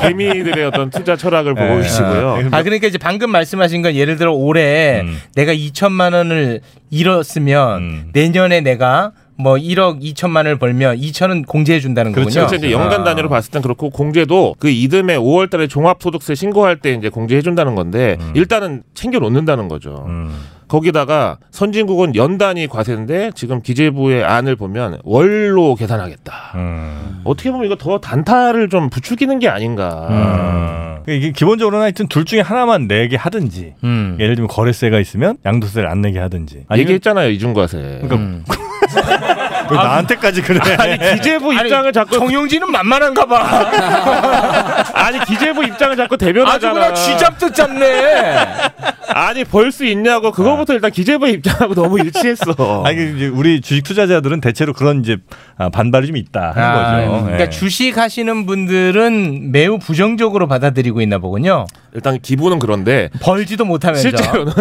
[SPEAKER 11] 개미들의 어떤 투자 철학을 보고 계시고요.
[SPEAKER 9] 음.
[SPEAKER 8] 아 그러니까 이제 방금 말씀하신 건 예를 들어 올해 내가 2천만 원을 잃었으면
[SPEAKER 9] 음.
[SPEAKER 8] 내년에 내가 뭐 1억 2천만 원을 벌면 2천은 공제해 준다는
[SPEAKER 11] 그렇죠.
[SPEAKER 8] 거군요. 아.
[SPEAKER 11] 그래서 이제 연간 단위로 봤을 땐 그렇고 공제도 그 이듬해 5월달에 종합소득세 신고할 때 이제 공제해준다는 건데 일단은 챙겨 놓는다는 거죠. 거기다가 선진국은 연 단위 과세인데 지금 기재부의 안을 보면 월로 계산하겠다. 어떻게 보면 이거 더 단타를 좀 부추기는 게 아닌가.
[SPEAKER 9] 그러니까 이게 기본적으로는 하여튼 둘 중에 하나만 내게 하든지
[SPEAKER 8] 음.
[SPEAKER 9] 예를 들면 거래세가 있으면 양도세를 안 내게 하든지 아니면-
[SPEAKER 11] 얘기했잖아요 이중과세.
[SPEAKER 9] 그러니까 왜 나한테까지 그래?
[SPEAKER 11] 아니 기재부 입장을 자꾸
[SPEAKER 8] 정용진은 만만한가 봐.
[SPEAKER 9] <laughs>
[SPEAKER 11] 아니 기재부 입장을 자꾸
[SPEAKER 8] 아주
[SPEAKER 11] 대변하잖아.
[SPEAKER 8] 그냥 쥐잡듯 잡네.
[SPEAKER 11] 아니 벌 수 있냐고
[SPEAKER 9] 아.
[SPEAKER 11] 그거부터 일단 기재부 입장하고 너무 일치했어.
[SPEAKER 9] 아니 이제 우리 주식 투자자들은 대체로 그런 이제 아, 반발이 좀 <laughs> 있다 하는
[SPEAKER 11] 아,
[SPEAKER 9] 거죠.
[SPEAKER 11] 음.
[SPEAKER 8] 그러니까
[SPEAKER 9] 예.
[SPEAKER 8] 주식 하시는 분들은 매우 부정적으로 받아들이고 있나 보군요.
[SPEAKER 11] 일단 기분은 그런데
[SPEAKER 8] 벌지도 못하면서 어.
[SPEAKER 11] 실제로는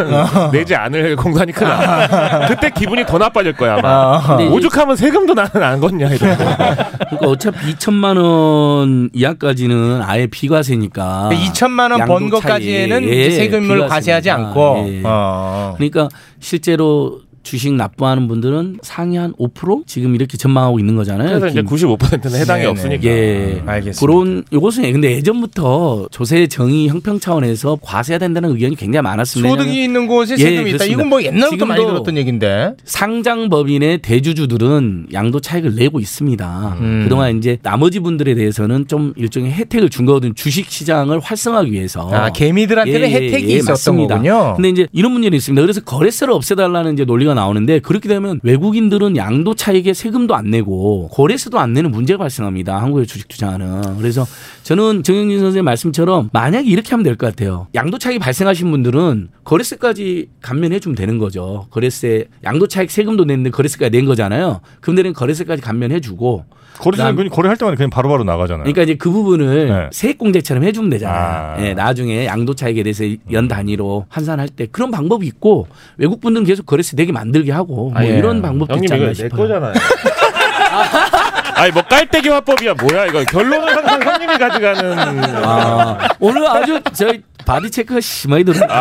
[SPEAKER 11] 내지 않을 공산이 크다. 그때 기분이 더 나빠질 거야
[SPEAKER 8] 아.
[SPEAKER 11] 아마.
[SPEAKER 10] 근데 이-
[SPEAKER 11] 오죽하면 세금도 나는 안 걷냐 이러고.
[SPEAKER 10] 그러니까 어차피 2천만 원 이하까지는 아예 비과세니까.
[SPEAKER 8] 그러니까 2천만 원번
[SPEAKER 10] 양도
[SPEAKER 8] 것까지에는
[SPEAKER 10] 차이. 예,
[SPEAKER 8] 이제 세금을 과세하지
[SPEAKER 10] 비과세니까.
[SPEAKER 8] 않고.
[SPEAKER 10] 예.
[SPEAKER 8] 어.
[SPEAKER 10] 그러니까 실제로 주식 납부하는 분들은 상위 한 5% 지금 이렇게 전망하고 있는
[SPEAKER 9] 네,
[SPEAKER 10] 거잖아요.
[SPEAKER 11] 그래서 이제
[SPEAKER 10] 김-
[SPEAKER 11] 95%는 해당이 없으니까.
[SPEAKER 10] 예.
[SPEAKER 8] 아, 알겠습니다.
[SPEAKER 10] 그런 요것은 예, 근데 예전부터 조세 정의 형평 차원에서 과세해야 된다는 의견이 굉장히 많았습니다.
[SPEAKER 8] 소득이 있는 곳에 세금이
[SPEAKER 10] 예,
[SPEAKER 8] 있다. 이건 뭐 옛날부터 많이 들었던 얘기인데.
[SPEAKER 10] 상장 법인의 대주주들은 양도 차익을 내고 있습니다.
[SPEAKER 8] 음.
[SPEAKER 10] 그동안 이제 나머지 분들에 대해서는 좀 일종의 혜택을 준 거거든요. 주식 시장을 활성화하기 위해서.
[SPEAKER 8] 아, 개미들한테는 혜택이 있었던 거군요.
[SPEAKER 10] 예, 근데 이제 이런 문제는 있습니다. 그래서 거래세를 없애달라는 이제 논리가 나오는데 그렇게 되면 외국인들은 양도 차익에 세금도 안 내고 거래세도 안 내는 문제가 발생합니다. 한국의 주식 투자는. 그래서 저는 정영진 선생님 말씀처럼 만약에 이렇게 하면 될 것 같아요. 양도 차익이 발생하신 분들은 거래세까지 감면해 주면 되는 거죠. 거래세 양도 차익 세금도 냈는데 거래세까지 낸 거잖아요. 그럼 되는 거래세까지 감면해 주고
[SPEAKER 9] 거래세는 그냥 거래할 때만 그냥 바로바로
[SPEAKER 11] 네.
[SPEAKER 9] 나가잖아요.
[SPEAKER 10] 그러니까 이제 그 부분을 세액공제처럼 해주면 되잖아요. 예, 나중에 양도 차익에 대해서
[SPEAKER 11] 음.
[SPEAKER 10] 연 단위로 환산할 때 그런 방법이 있고 외국 분들은 계속 거래세 내게 만들게 하고 뭐
[SPEAKER 11] 아, 예.
[SPEAKER 10] 이런 방법도
[SPEAKER 11] 형님
[SPEAKER 10] 있지 않나
[SPEAKER 11] 이거 내
[SPEAKER 10] 싶어요.
[SPEAKER 11] 거잖아요. <laughs> 아니 뭐 깔때기 화법이야 뭐야 이거 결론은 항상 형님이 가져가는.
[SPEAKER 10] 아, 오늘 아주 저희 바디 체크가 심하게 들어.
[SPEAKER 11] 아,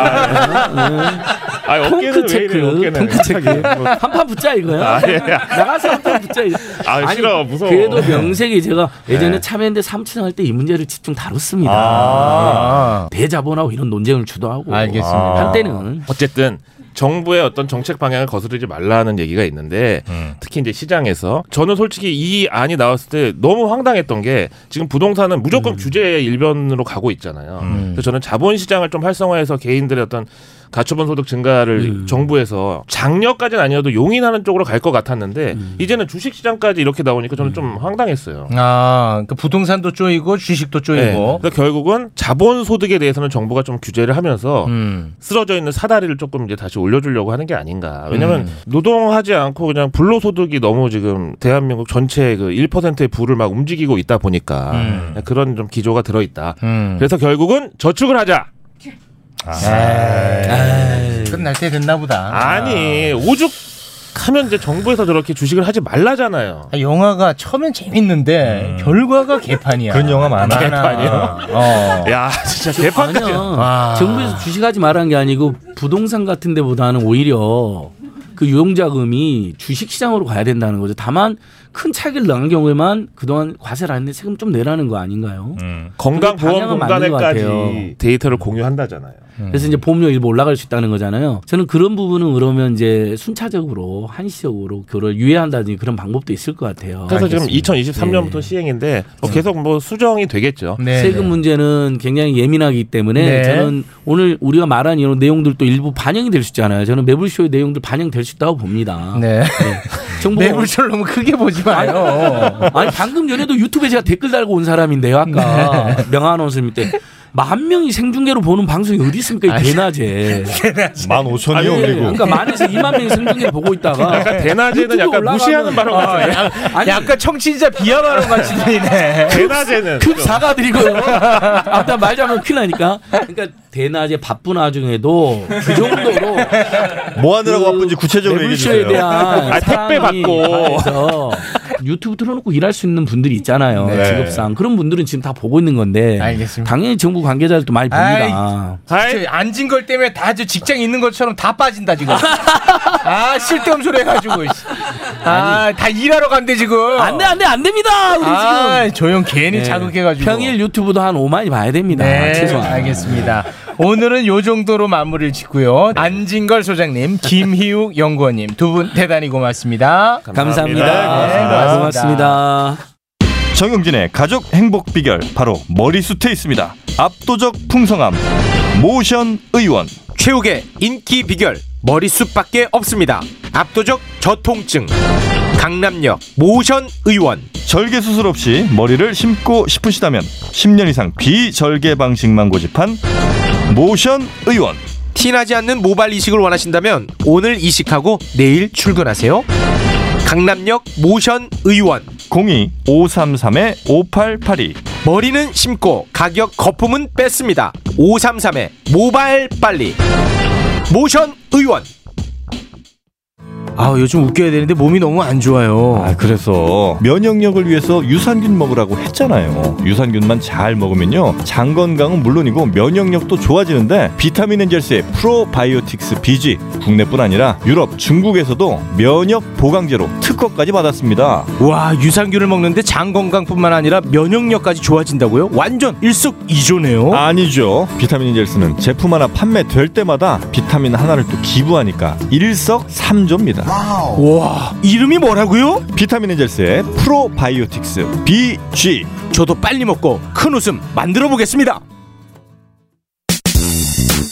[SPEAKER 10] 아,
[SPEAKER 11] 어깨는
[SPEAKER 10] 펑크
[SPEAKER 11] 왜 이래,
[SPEAKER 10] 체크,
[SPEAKER 11] 어깨는.
[SPEAKER 10] 펑크 체크.
[SPEAKER 11] 뭐.
[SPEAKER 10] 한판 붙자 이거야.
[SPEAKER 11] 아, 예.
[SPEAKER 10] 나가서 한판 붙자. 이거.
[SPEAKER 11] 아, 싫어, 무서워.
[SPEAKER 10] 그래도 명색이 제가 예전에
[SPEAKER 11] 네.
[SPEAKER 10] 참여연대 삼치장 할 때 이 문제를 집중 다뤘습니다.
[SPEAKER 11] 아.
[SPEAKER 10] 네. 대자본하고 이런 논쟁을 주도하고.
[SPEAKER 11] 알겠습니다.
[SPEAKER 10] 한때는
[SPEAKER 11] 어쨌든 정부의 어떤 정책 방향을 거스르지 말라는 얘기가 있는데
[SPEAKER 9] 음.
[SPEAKER 11] 특히 이제 시장에서 저는 솔직히 이 안이 나왔을 때 너무 황당했던 게 지금 부동산은
[SPEAKER 9] 음.
[SPEAKER 11] 무조건 규제의 일변으로 가고 있잖아요.
[SPEAKER 8] 음.
[SPEAKER 11] 음. 그래서 저는 자본시장을 좀 활성화해서 개인들의 어떤 가처분 소득 증가를
[SPEAKER 9] 음.
[SPEAKER 11] 정부에서 장려까지는 아니어도 용인하는 쪽으로 갈 것 같았는데
[SPEAKER 9] 음.
[SPEAKER 11] 이제는 주식시장까지 이렇게 나오니까 저는 좀 황당했어요.
[SPEAKER 8] 아, 그 부동산도 쪼이고 주식도
[SPEAKER 11] 네.
[SPEAKER 8] 쪼이고.
[SPEAKER 11] 그러니까 결국은 자본 소득에 대해서는 정부가 좀 규제를 하면서
[SPEAKER 8] 음.
[SPEAKER 11] 쓰러져 있는 사다리를 조금 이제 다시 올려주려고 하는 게 아닌가. 왜냐하면
[SPEAKER 8] 음.
[SPEAKER 11] 노동하지 않고 그냥 불로 소득이 너무 지금 대한민국 전체 그 1%의 부를 막 움직이고 있다 보니까
[SPEAKER 9] 음.
[SPEAKER 11] 그런 좀 기조가 들어 있다.
[SPEAKER 9] 음.
[SPEAKER 11] 그래서 결국은 저축을 하자.
[SPEAKER 8] 끝날 때 됐나 보다.
[SPEAKER 11] 아. 아니 오죽 하면 이제 정부에서 저렇게 주식을 하지 말라잖아요.
[SPEAKER 8] 아, 영화가 처음엔 재밌는데 결과가 개판이야.
[SPEAKER 11] 그런 영화 많아.
[SPEAKER 10] 개판이요?
[SPEAKER 8] 어.
[SPEAKER 11] 야, 진짜 개판까지. 아.
[SPEAKER 8] 와.
[SPEAKER 10] 정부에서 주식하지 말라는 게 아니고 부동산 같은 데보다는 오히려 그 유용자금이 주식시장으로 가야 된다는 거죠. 다만 큰 차익을 나는 경우에만 그동안 과세를 안 했는데 세금 좀 내라는 거 아닌가요?
[SPEAKER 11] 음.
[SPEAKER 10] 그게 방향은 맞는 것 같아요.
[SPEAKER 11] 건강보험공단에까지 데이터를 공유한다잖아요.
[SPEAKER 10] 그래서 이제 보험료 일부 올라갈 수 있다는 거잖아요. 저는 그런 부분은 그러면 이제 순차적으로 한시적으로 그걸 유예한다든지 그런 방법도 있을 것 같아요.
[SPEAKER 11] 그래서 지금 2023년부터 시행인데 뭐 계속 뭐 수정이 되겠죠.
[SPEAKER 8] 네,
[SPEAKER 10] 세금 문제는 굉장히 예민하기 때문에
[SPEAKER 11] 네.
[SPEAKER 10] 저는 오늘 우리가 말한 이런 내용들도 일부 반영이 될 수 있잖아요. 저는 매불쇼의 내용들 반영될 수 있다고 봅니다.
[SPEAKER 8] 네.
[SPEAKER 10] 정부
[SPEAKER 8] 매불쇼를 너무 크게 보지 마요.
[SPEAKER 10] <laughs> 아니 방금 전에도 유튜브에 제가 댓글 달고 온 사람인데요. 아까 명아나운서 밑에 만 명이 생중계로 보는 방송이 어디 있습니까? 이 대낮에.
[SPEAKER 9] 만 오천이요
[SPEAKER 10] 아니,
[SPEAKER 9] 그리고.
[SPEAKER 10] 그러니까 만에서 2만 명이 생중계 보고 있다가
[SPEAKER 9] 약간 대낮에는
[SPEAKER 10] 유튜브
[SPEAKER 9] 약간
[SPEAKER 10] 올라가면-
[SPEAKER 9] 무시하는 발언 같아요.
[SPEAKER 10] 아니,
[SPEAKER 8] 약간 청취자 비하 발언 같이 들리네.
[SPEAKER 9] 대낮에는
[SPEAKER 10] 급 사과드리고요. <laughs> 아까 말자면 큰일 나니까. 그러니까 대낮에 바쁜 와중에도 그 정도로 그
[SPEAKER 9] 뭐 하느라고 바쁜지 구체적으로 얘기해
[SPEAKER 10] 매불쇼에
[SPEAKER 9] 주세요.
[SPEAKER 10] 대한
[SPEAKER 9] 아, 택배
[SPEAKER 10] 사랑이
[SPEAKER 9] 받고.
[SPEAKER 10] 가해서 유튜브 틀어놓고 일할 수 있는 분들이 있잖아요.
[SPEAKER 9] 네.
[SPEAKER 10] 직업상 그런 분들은 지금 다 보고 있는 건데.
[SPEAKER 8] 알겠습니다.
[SPEAKER 10] 당연히 정부 관계자들도 많이 봅니다.
[SPEAKER 8] 아이, 앉은 걸 때문에 다 저 직장 있는 것처럼 다
[SPEAKER 10] <laughs>
[SPEAKER 8] 빠진다 지금. 아 쓸데없는 소리 해가지고. 아다 일하러 간대 지금.
[SPEAKER 10] 안돼 안돼 안 됩니다. 우리
[SPEAKER 8] 아,
[SPEAKER 10] 지금 네.
[SPEAKER 8] 조용 괜히 자극해가지고.
[SPEAKER 10] 평일 아, 유튜브도 한 5만이 봐야 됩니다.
[SPEAKER 8] 네,
[SPEAKER 10] 최소한.
[SPEAKER 8] 알겠습니다. 오늘은 요 정도로 마무리를 짓고요. 안진걸 소장님, 김희욱 <laughs> 연구원님 두 분 대단히 고맙습니다.
[SPEAKER 10] 감사합니다. 고맙습니다. 고맙습니다.
[SPEAKER 9] 정용진의 가족 행복 비결 바로 머리숱에 있습니다. 압도적 풍성함 모션 의원
[SPEAKER 12] 최욱의 인기 비결 머리숱밖에 없습니다. 압도적 저통증 강남역 모션 의원
[SPEAKER 9] 절개 수술 없이 머리를 심고 싶으시다면 10년 이상 비절개 방식만 고집한 모션 의원
[SPEAKER 12] 티나지 않는 모발 이식을 원하신다면 오늘 이식하고 내일 출근하세요. 강남역 모션 의원
[SPEAKER 9] 02 533의 5882
[SPEAKER 12] 머리는 심고 가격 거품은 뺐습니다. 533의 모발 빨리 모션 의원
[SPEAKER 9] 아 요즘 웃겨야 되는데 몸이 너무 안 좋아요. 그래서 면역력을 위해서 유산균 먹으라고 했잖아요. 유산균만 잘 먹으면요 장 건강은 물론이고 면역력도 좋아지는데 비타민 엔젤스의 프로바이오틱스 BG 국내뿐 아니라 유럽, 중국에서도 면역 보강제로 특허까지 받았습니다.
[SPEAKER 12] 와 유산균을 먹는데 장 건강뿐만 아니라 면역력까지 좋아진다고요? 완전 일석이조네요.
[SPEAKER 9] 아니죠. 비타민 인젤스는 제품 하나 판매될 때마다 비타민 하나를 또 기부하니까 일석삼조입니다. 와, 이름이 뭐라고요? 비타민 인젤스의 프로바이오틱스 BG.
[SPEAKER 12] 저도 빨리 먹고 큰 웃음 만들어 보겠습니다.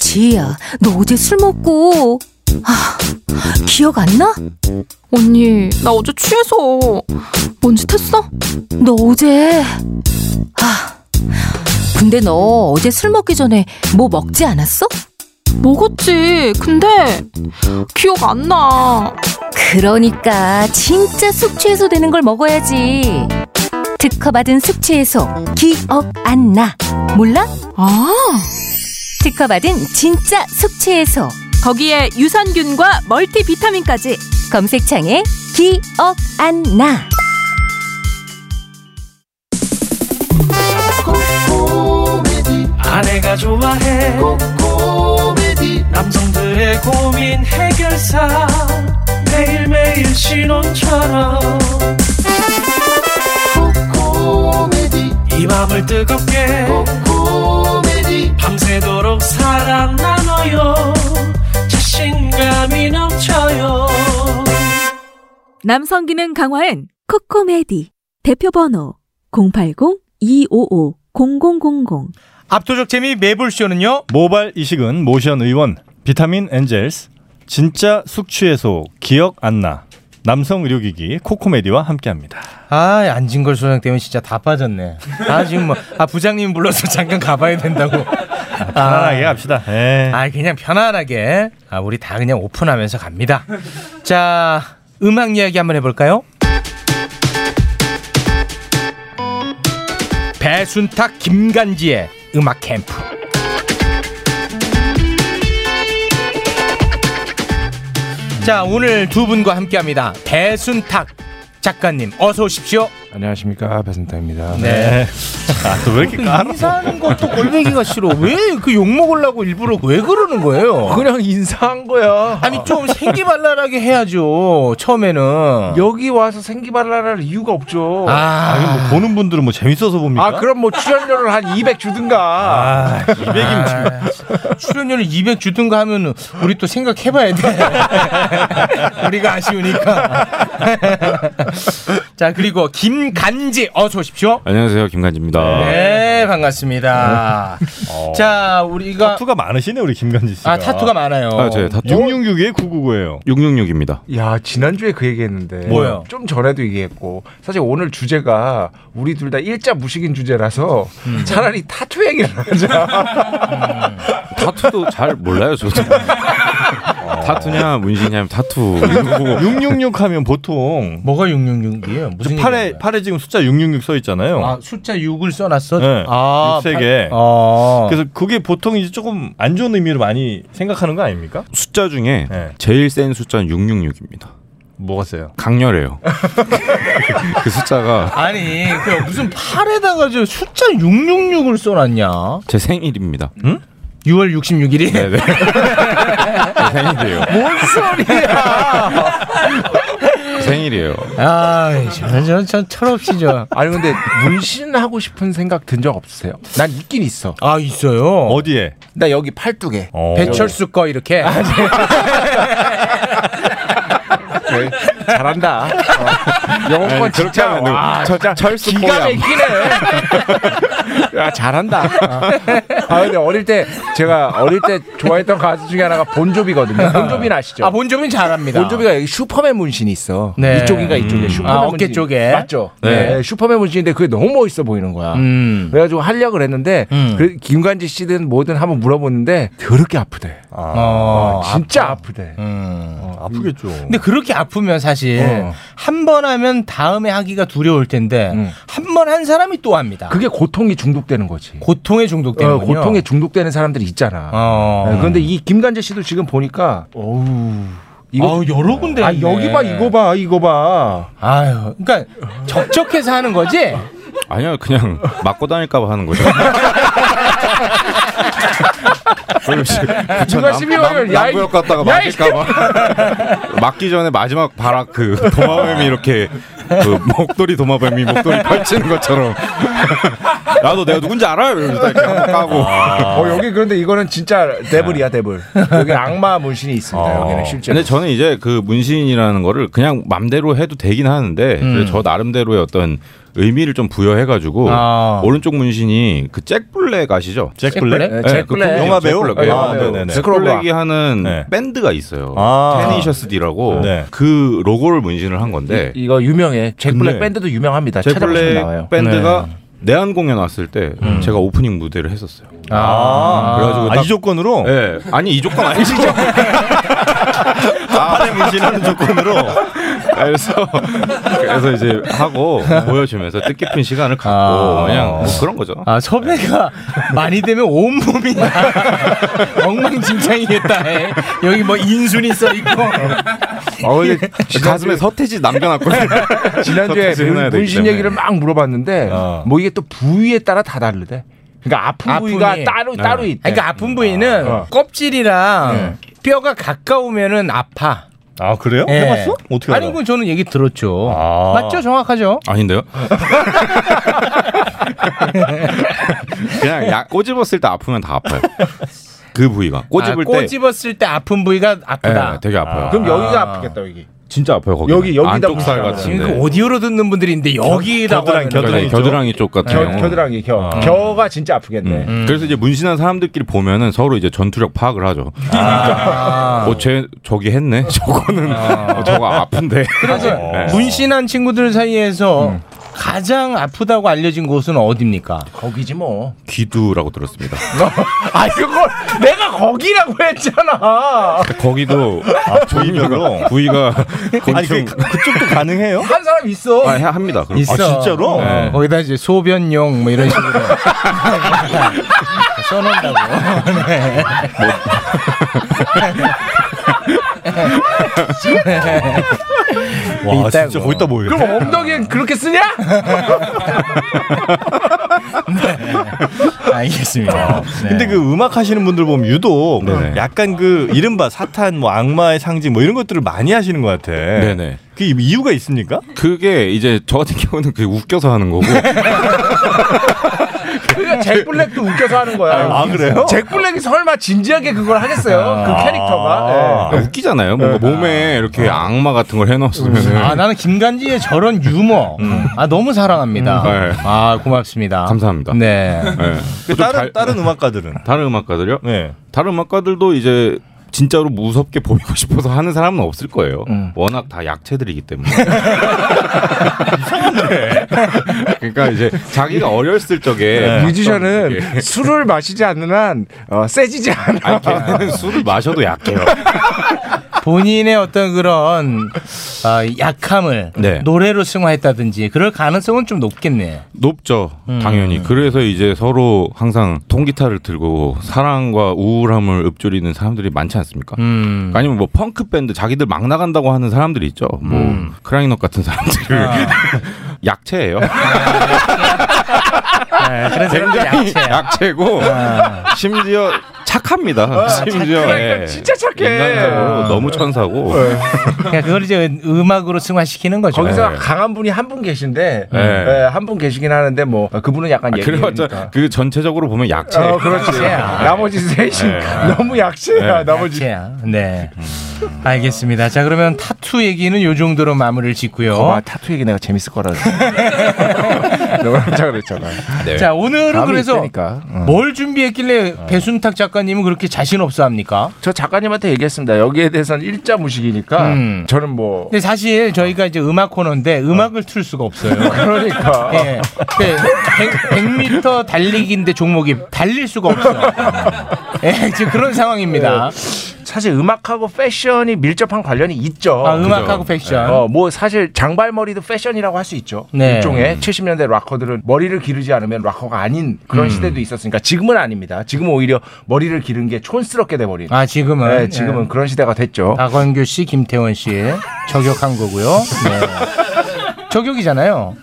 [SPEAKER 13] 지혜야, 너 어제 술 먹고 아, 기억 안 나?
[SPEAKER 14] 언니, 나 어제 취해서 뭔짓 했어?
[SPEAKER 13] 너 어제 아, 근데 너 어제 술 먹기 전에 뭐 먹지 않았어?
[SPEAKER 14] 먹었지. 근데 기억 안 나.
[SPEAKER 13] 그러니까 진짜 숙취해소 되는 걸 먹어야지. 특허받은 숙취해소 기억 안 나. 몰라? 아. 특허받은 진짜 숙취해소.
[SPEAKER 14] 거기에 유산균과 멀티비타민까지.
[SPEAKER 13] 검색창에 기억 안 나.
[SPEAKER 15] 아내가 좋아해 코코메디 남성들의 고민 해결사 매일매일 신혼처럼 코코메디 이 맘을 뜨겁게 코코메디 밤새도록 사랑 나눠요 자신감 쾌감이 넘쳐요
[SPEAKER 16] 남성 기능 강화엔 코코메디 대표 번호 080-255-0000
[SPEAKER 9] 압도적 재미 매불쇼는요? 모발 이식은 모션 의원, 비타민 엔젤스, 진짜 숙취해소, 기억 안나, 남성 의료기기 코코메디와 함께합니다.
[SPEAKER 8] 아, 안진걸 소장 때문에 진짜 다 빠졌네. 아, 지금 뭐, 아, 부장님 불러서 <laughs> 잠깐 가봐야 된다고.
[SPEAKER 9] 아, 편안하게 갑시다. 예.
[SPEAKER 8] 아, 그냥 편안하게. 아, 우리 다 그냥 오픈하면서 갑니다. 자, 음악 이야기 한번 해볼까요? 배순탁 김간지의 음악 캠프. 자, 오늘 두 분과 함께 합니다. 배순탁 작가님, 어서 오십시오.
[SPEAKER 17] 안녕하십니까 배승탁입니다.
[SPEAKER 8] 네.
[SPEAKER 9] 아또 왜 이렇게
[SPEAKER 17] 깔아?
[SPEAKER 8] 인사하는 것도 골뱅이가 싫어. 왜 그 욕 먹으려고 일부러 왜 그러는 거예요?
[SPEAKER 17] 그냥 인사한 거야.
[SPEAKER 8] 아니 좀 생기발랄하게 해야죠. 처음에는.
[SPEAKER 17] 여기 와서 생기발랄할 이유가 없죠.
[SPEAKER 9] 아, 이거 뭐 보는 분들은 뭐 재밌어서 봅니까? 아,
[SPEAKER 17] 아, 그럼 뭐 출연료를 한 200 주든가.
[SPEAKER 9] 뭐 200이면
[SPEAKER 8] 아, 출연료를 200 주든가 하면 우리 또 생각해봐야 돼. <laughs> 우리가 아쉬우니까. <laughs> 자 그리고 김간지 어서 오십시오.
[SPEAKER 18] 안녕하세요 김간지입니다.
[SPEAKER 8] 네 반갑습니다. 자 우리가
[SPEAKER 9] 어. 타투가 많으시네 우리 김간지 씨.
[SPEAKER 8] 아 타투가 많아요.
[SPEAKER 18] 아,
[SPEAKER 11] 어,
[SPEAKER 18] 제 타투.
[SPEAKER 9] 666에 999예요.
[SPEAKER 18] 666입니다.
[SPEAKER 17] 야 지난주에 그 얘기했는데
[SPEAKER 18] 뭐요?
[SPEAKER 17] 좀 전에도 얘기했고 사실 오늘 주제가 우리 둘 다 일자 무식인 주제라서
[SPEAKER 8] 음.
[SPEAKER 17] 차라리 타투 얘기를 하자.
[SPEAKER 18] 타투도 잘
[SPEAKER 11] 아,
[SPEAKER 18] 몰라요 저도. <laughs>
[SPEAKER 11] 어.
[SPEAKER 18] 타투냐 문신이냐면 타투.
[SPEAKER 9] 666 하면 보통
[SPEAKER 8] 뭐가 666이에요? 무슨
[SPEAKER 9] 팔에 팔에 지금 숫자 666 써 있잖아요.
[SPEAKER 8] 아 숫자 6을 써놨어.
[SPEAKER 9] 네.
[SPEAKER 8] 아,
[SPEAKER 9] 육세
[SPEAKER 8] 팔-
[SPEAKER 9] 개.
[SPEAKER 8] 아.
[SPEAKER 9] 그래서 그게 보통 이제 조금 안 좋은 의미로 많이 생각하는 거 아닙니까?
[SPEAKER 18] 숫자 중에
[SPEAKER 11] 네.
[SPEAKER 18] 제일 센 숫자는 666입니다.
[SPEAKER 9] 뭐가 세요?
[SPEAKER 18] 강렬해요. <laughs> 그 숫자가
[SPEAKER 8] 아니 그 무슨 팔에다가 저 숫자 666을 써놨냐?
[SPEAKER 18] 제 생일입니다.
[SPEAKER 8] 응? 6월 66일이?
[SPEAKER 18] 네네. 제 생일이에요.
[SPEAKER 8] 뭔 소리야?
[SPEAKER 18] <laughs> 생일이에요.
[SPEAKER 8] 아, 저는 저는 전 철없이 죠
[SPEAKER 17] 아니 근데 문신하고 싶은 생각 든 적 없으세요? 난 있긴 있어.
[SPEAKER 8] 아 있어요.
[SPEAKER 9] 어디에?
[SPEAKER 17] 나 여기 팔뚝에.
[SPEAKER 8] 어.
[SPEAKER 17] 아,
[SPEAKER 8] 배철수 거 이렇게.
[SPEAKER 17] 네, 잘한다. 어. 영어권
[SPEAKER 8] 아니, 그렇게
[SPEAKER 17] 진짜
[SPEAKER 8] 하면 안 되고.
[SPEAKER 17] 와,
[SPEAKER 8] 철-
[SPEAKER 17] 진짜
[SPEAKER 8] 철수
[SPEAKER 17] 기가
[SPEAKER 8] 포함.
[SPEAKER 17] 막히네. 야, 잘한다. 아 근데 어릴 때 제가 어릴 때 좋아했던 가수 중에 하나가 본조비거든요. 본조비는 아시죠?
[SPEAKER 8] 아 본조비는 잘합니다.
[SPEAKER 17] 본조비가 여기 슈퍼맨 문신이 있어.
[SPEAKER 8] 네.
[SPEAKER 17] 이쪽인가 이쪽에
[SPEAKER 8] 음.
[SPEAKER 17] 슈퍼맨
[SPEAKER 8] 아, 어깨
[SPEAKER 17] 문신.
[SPEAKER 8] 쪽에.
[SPEAKER 17] 맞죠.
[SPEAKER 8] 네.
[SPEAKER 17] 네. 슈퍼맨 문신인데 그게 너무 멋있어 보이는 거야.
[SPEAKER 8] 음.
[SPEAKER 17] 그래가지고 하려고 그랬는데 그래- 김관지 씨든 뭐든 한번 물어봤는데 더럽게 아프대. 어, 진짜 아프대.
[SPEAKER 9] 아프겠죠.
[SPEAKER 8] 음. 근데 그렇게 아프면 사실
[SPEAKER 17] 어.
[SPEAKER 8] 한 번 하면 다음에 하기가 두려울 텐데 한 번 한 사람이 또 합니다.
[SPEAKER 17] 음. 그게 고통이 중독되는 거지.
[SPEAKER 8] 고통에 중독되는
[SPEAKER 17] 어, 고통에 중독되는 사람들이 있잖아.
[SPEAKER 8] 어.
[SPEAKER 17] 네, 그런데 이 김간재 씨도 지금 보니까 어우
[SPEAKER 8] 아우, 여러 군데
[SPEAKER 17] 아,
[SPEAKER 8] 있네.
[SPEAKER 17] 여기 봐 이거 봐 이거 봐.
[SPEAKER 8] 아유, <laughs> 그러니까 적적해서 하는 거지.
[SPEAKER 18] 아니요 그냥 맞고 다닐까봐 하는 거죠.
[SPEAKER 17] 누가 12월을 야, 이-
[SPEAKER 18] 남구역 갔다가
[SPEAKER 17] 야, 이-
[SPEAKER 18] 맞을까봐 맞기 전에 마지막 바락 그 도마뱀이 이렇게 그 목도리 도마뱀이 목도리 펼치는 것처럼 나도 내가 누군지 알아요 이러면서 이렇게 한번 까고
[SPEAKER 17] 어 여기 그런데 이거는 진짜 데블이야 데블. 여기 악마 문신이 있습니다. 여기는 실제.
[SPEAKER 18] 근데 저는 이제 그 문신이라는 거를 그냥 맘대로 해도 되긴 하는데
[SPEAKER 17] 음.
[SPEAKER 18] 그래서 저 나름대로의 어떤 의미를 좀 부여해가지고
[SPEAKER 8] 어.
[SPEAKER 17] 아.
[SPEAKER 18] 오른쪽 문신이 그 잭블랙 아시죠?
[SPEAKER 17] 잭블랙? 네, 잭블랙.
[SPEAKER 18] 그
[SPEAKER 17] 영화 배우?
[SPEAKER 18] 잭블랙.
[SPEAKER 17] 네,
[SPEAKER 18] 예.
[SPEAKER 17] 영화 배우.
[SPEAKER 18] 네네네.
[SPEAKER 17] 스크롤바.
[SPEAKER 18] 잭블랙이 하는
[SPEAKER 8] 네.
[SPEAKER 18] 밴드가 있어요.
[SPEAKER 17] 아.
[SPEAKER 18] 테니셔스 D라고
[SPEAKER 17] 네.
[SPEAKER 18] 그 로고를 문신을 한 건데
[SPEAKER 17] 이, 거 유명해. 잭블랙
[SPEAKER 18] 근데
[SPEAKER 17] 밴드도 유명합니다. 찾아보시면 나와요.
[SPEAKER 18] 잭블랙 네. 밴드가
[SPEAKER 8] 네.
[SPEAKER 18] 내한 공연 왔을 때
[SPEAKER 8] 음.
[SPEAKER 18] 제가 오프닝 무대를 했었어요.
[SPEAKER 17] 네.
[SPEAKER 9] 아. 아, 이 조건으로?
[SPEAKER 18] 네. 아니 이 조건 아니죠. 아래 문신하는 조건으로. 그래서 그래서 이제 하고 보여주면서 뜻깊은 시간을 갖고 그냥 뭐 그런 거죠. 네.
[SPEAKER 8] 아 섭외가 많이 되면 온 몸이 엉망진창이겠다. 해. 여기 뭐 인순이 써 있고.
[SPEAKER 18] 어, 근데 가슴에 서태지 남겨놨고 <laughs>
[SPEAKER 17] 지난주에
[SPEAKER 18] 서태지 해놔야
[SPEAKER 17] 문-
[SPEAKER 18] 되기
[SPEAKER 17] 문신
[SPEAKER 18] 때문에.
[SPEAKER 17] 얘기를 막 물어봤는데 뭐 이게 또 부위에 따라 다 다르대. 그러니까 아픈 부위가 따로
[SPEAKER 18] 네.
[SPEAKER 17] 따로 있대.
[SPEAKER 8] 아니, 그러니까 아픈 부위는
[SPEAKER 17] 어.
[SPEAKER 8] 껍질이랑
[SPEAKER 18] 네.
[SPEAKER 8] 뼈가 가까우면은 아파.
[SPEAKER 9] 아 그래요?
[SPEAKER 8] 예.
[SPEAKER 9] 해봤어? 어떻게
[SPEAKER 8] 아니 그 저는 얘기 들었죠. 맞죠? 정확하죠?
[SPEAKER 18] 아.
[SPEAKER 8] <laughs>
[SPEAKER 18] 아닌데요? 그냥 약 꼬집었을 때 아프면 다 아파요. 그 부위가 꼬집을 때
[SPEAKER 8] 꼬집었을 때 아픈 부위가 아프다.
[SPEAKER 18] 예, 되게 아파요.
[SPEAKER 8] 그럼 여기가
[SPEAKER 18] 아.
[SPEAKER 8] 아프겠다 여기.
[SPEAKER 18] 진짜 아파요 거기.
[SPEAKER 8] 여기 여기다
[SPEAKER 18] 안쪽살
[SPEAKER 8] 보시잖아요.
[SPEAKER 18] 같은데.
[SPEAKER 8] 지금 그 오디오로 듣는 분들이 있는데 여기다
[SPEAKER 18] 겨드랑이, 겨드랑이, 겨드랑이 쪽 같아요.
[SPEAKER 8] 겨, 겨드랑이 겨.
[SPEAKER 18] 아.
[SPEAKER 8] 겨가 진짜 아프겠네.
[SPEAKER 18] 음. 그래서 이제 문신한 사람들끼리 보면은 서로 이제 전투력 파악을 하죠.
[SPEAKER 8] 아.
[SPEAKER 18] 어, 쟤 저기 했네. <laughs> 저거는 어, 저거 아픈데.
[SPEAKER 8] 그래서
[SPEAKER 18] 네.
[SPEAKER 8] 문신한 친구들 사이에서
[SPEAKER 18] 음.
[SPEAKER 8] 가장 아프다고 알려진 곳은 어디입니까? 거기지 뭐.
[SPEAKER 18] 기두라고 들었습니다.
[SPEAKER 8] 아 이걸 내가 거기라고 했잖아.
[SPEAKER 18] 거기도 부위별로 부위가
[SPEAKER 8] 아, <laughs> 아니, 그-
[SPEAKER 18] 그쪽도 가능해요?
[SPEAKER 8] 한 사람 있어.
[SPEAKER 18] 아, 해- 합니다. 그럼.
[SPEAKER 8] 있어. 어,
[SPEAKER 18] 네.
[SPEAKER 8] 거기다 이제 소변용 뭐
[SPEAKER 18] <laughs>
[SPEAKER 8] 이런 식으로 써놓는다고.
[SPEAKER 18] 뭐.
[SPEAKER 8] 네.
[SPEAKER 18] 와,
[SPEAKER 8] 있다고.
[SPEAKER 18] 진짜 거기다 뭐 모여요.
[SPEAKER 8] 그럼 엉덩이 그렇게 쓰냐? 네.
[SPEAKER 18] 아,
[SPEAKER 8] 알겠습니다.
[SPEAKER 18] 네.
[SPEAKER 8] 네.
[SPEAKER 9] 근데 그 음악 하시는 분들 보면 유독 약간 그 이른바 사탄, 뭐 악마의 상징 뭐 이런 것들을 많이 하시는 것 같아.
[SPEAKER 18] 네네.
[SPEAKER 9] 그 이유가 있습니까?
[SPEAKER 18] 그게 이제 저 같은 경우는 그게 웃겨서 하는 거고
[SPEAKER 8] 그러니까 잭 블랙도 웃겨서 하는 거야.
[SPEAKER 18] 아, 그래요?
[SPEAKER 8] 잭 블랙이 설마 진지하게 그걸 하겠어요? 그 캐릭터가.
[SPEAKER 18] 아. 그러니까 웃기잖아요. 뭔가 몸에 이렇게 악마 같은 걸
[SPEAKER 8] 네.
[SPEAKER 18] 해놨으면
[SPEAKER 8] 아 나는 김간지의 저런 유머
[SPEAKER 17] 음.
[SPEAKER 8] 아 너무 사랑합니다.
[SPEAKER 17] 네.
[SPEAKER 8] 아 고맙습니다.
[SPEAKER 18] 감사합니다.
[SPEAKER 8] 네.
[SPEAKER 9] 다른-
[SPEAKER 17] 네.
[SPEAKER 9] 다른 음악가들은
[SPEAKER 18] 다른 음악가들요? 네. 다른 음악가들도 이제 진짜로 무섭게 보이고 싶어서 하는 사람은 없을 거예요.
[SPEAKER 8] 음.
[SPEAKER 18] 워낙 다 약체들이기
[SPEAKER 8] <laughs>
[SPEAKER 18] 때문에. 그러니까 이제 자기가 어렸을 적에
[SPEAKER 17] 네.
[SPEAKER 18] 봤던
[SPEAKER 17] 뮤지션은
[SPEAKER 18] 그게-
[SPEAKER 17] 술을 마시지 않는 한 어, 세지지 않아.
[SPEAKER 18] 아니, 걔는 술을 마셔도 약해요.
[SPEAKER 8] 본인의 어떤 그런 아, 약함을
[SPEAKER 18] 네.
[SPEAKER 8] 노래로 승화했다든지 그럴 가능성은 좀 높겠네.
[SPEAKER 18] 높죠,
[SPEAKER 8] 음.
[SPEAKER 18] 당연히. 그래서 이제 서로 항상 통기타를 들고 사랑과 우울함을 읊조리는 사람들이 많지 않습니까?
[SPEAKER 8] 음.
[SPEAKER 17] 그러니까
[SPEAKER 18] 아니면 뭐 펑크 밴드 자기들 막 나간다고 하는 사람들이 있죠. 뭐
[SPEAKER 8] 음.
[SPEAKER 18] 크라잉넛 같은 사람들을 예.
[SPEAKER 17] 아.
[SPEAKER 18] <laughs> 약체예요.
[SPEAKER 17] 네,
[SPEAKER 8] 그런 사람들
[SPEAKER 18] 굉장히
[SPEAKER 8] 약체야.
[SPEAKER 18] 약체고
[SPEAKER 17] 아.
[SPEAKER 18] 심지어 착합니다. 심지어
[SPEAKER 17] 그러니까
[SPEAKER 18] 예.
[SPEAKER 8] 진짜 착해.
[SPEAKER 18] 인간적으로
[SPEAKER 17] 아.
[SPEAKER 18] 너무 천사고.
[SPEAKER 8] 그러니까 그걸 이제 음- 음악으로 승화시키는 거죠.
[SPEAKER 17] 네. 거기서
[SPEAKER 18] 네.
[SPEAKER 17] 강한 분이 한 분 계신데
[SPEAKER 18] 네.
[SPEAKER 17] 예, 한분 계시긴 하는데 뭐 그분은 약간
[SPEAKER 18] 아,
[SPEAKER 17] 예민니까
[SPEAKER 18] 그래봤자 그 전체적으로 보면 약체.
[SPEAKER 17] 어, 그렇지. 나머지 셋이 너무 약체야.
[SPEAKER 8] 네.
[SPEAKER 17] 나머지.
[SPEAKER 8] 약체야. 네. 알겠습니다. 자 그러면 타투 얘기는 요 정도로 마무리를 짓고요.
[SPEAKER 17] 거봐, 어? 타투 얘기 내가 재밌을 거라. 너가 혼자 그랬잖아.
[SPEAKER 18] 네.
[SPEAKER 8] 자 오늘은
[SPEAKER 17] 감이
[SPEAKER 8] 그래서
[SPEAKER 17] 있으니까. 어.
[SPEAKER 8] 뭘 준비했길래 배순탁 작가님은 그렇게 자신 없어 합니까?
[SPEAKER 17] 저 작가님한테 얘기했습니다. 여기에 대해서는 일자 무식이니까
[SPEAKER 8] 음.
[SPEAKER 17] 저는 뭐
[SPEAKER 8] 근데 사실 저희가 이제 음악 코너인데 음악을 틀 수가 없어요. <laughs>
[SPEAKER 17] 그러니까.
[SPEAKER 8] 예. 네, 100, 100m 달리기인데 종목이 달릴 수가 없어요. 예, 지금 그런 상황입니다.
[SPEAKER 17] 사실 음악하고 패션이 밀접한 관련이 있죠.
[SPEAKER 8] 아, 음악하고 패션.
[SPEAKER 17] 어, 뭐 사실 장발머리도 패션이라고 할 수 있죠.
[SPEAKER 8] 네.
[SPEAKER 17] 일종의 70년대 락커들은 머리를 기르지 않으면 락커가 아닌 그런
[SPEAKER 8] 음.
[SPEAKER 17] 시대도 있었으니까 지금은 아닙니다. 지금은 오히려 머리를 기른 게 촌스럽게 돼버린.
[SPEAKER 8] 아 지금은
[SPEAKER 17] 네, 지금은
[SPEAKER 8] 예.
[SPEAKER 17] 그런 시대가 됐죠.
[SPEAKER 8] 박원규 씨, 김태원 씨의 저격한 거고요. 네. 저격이잖아요.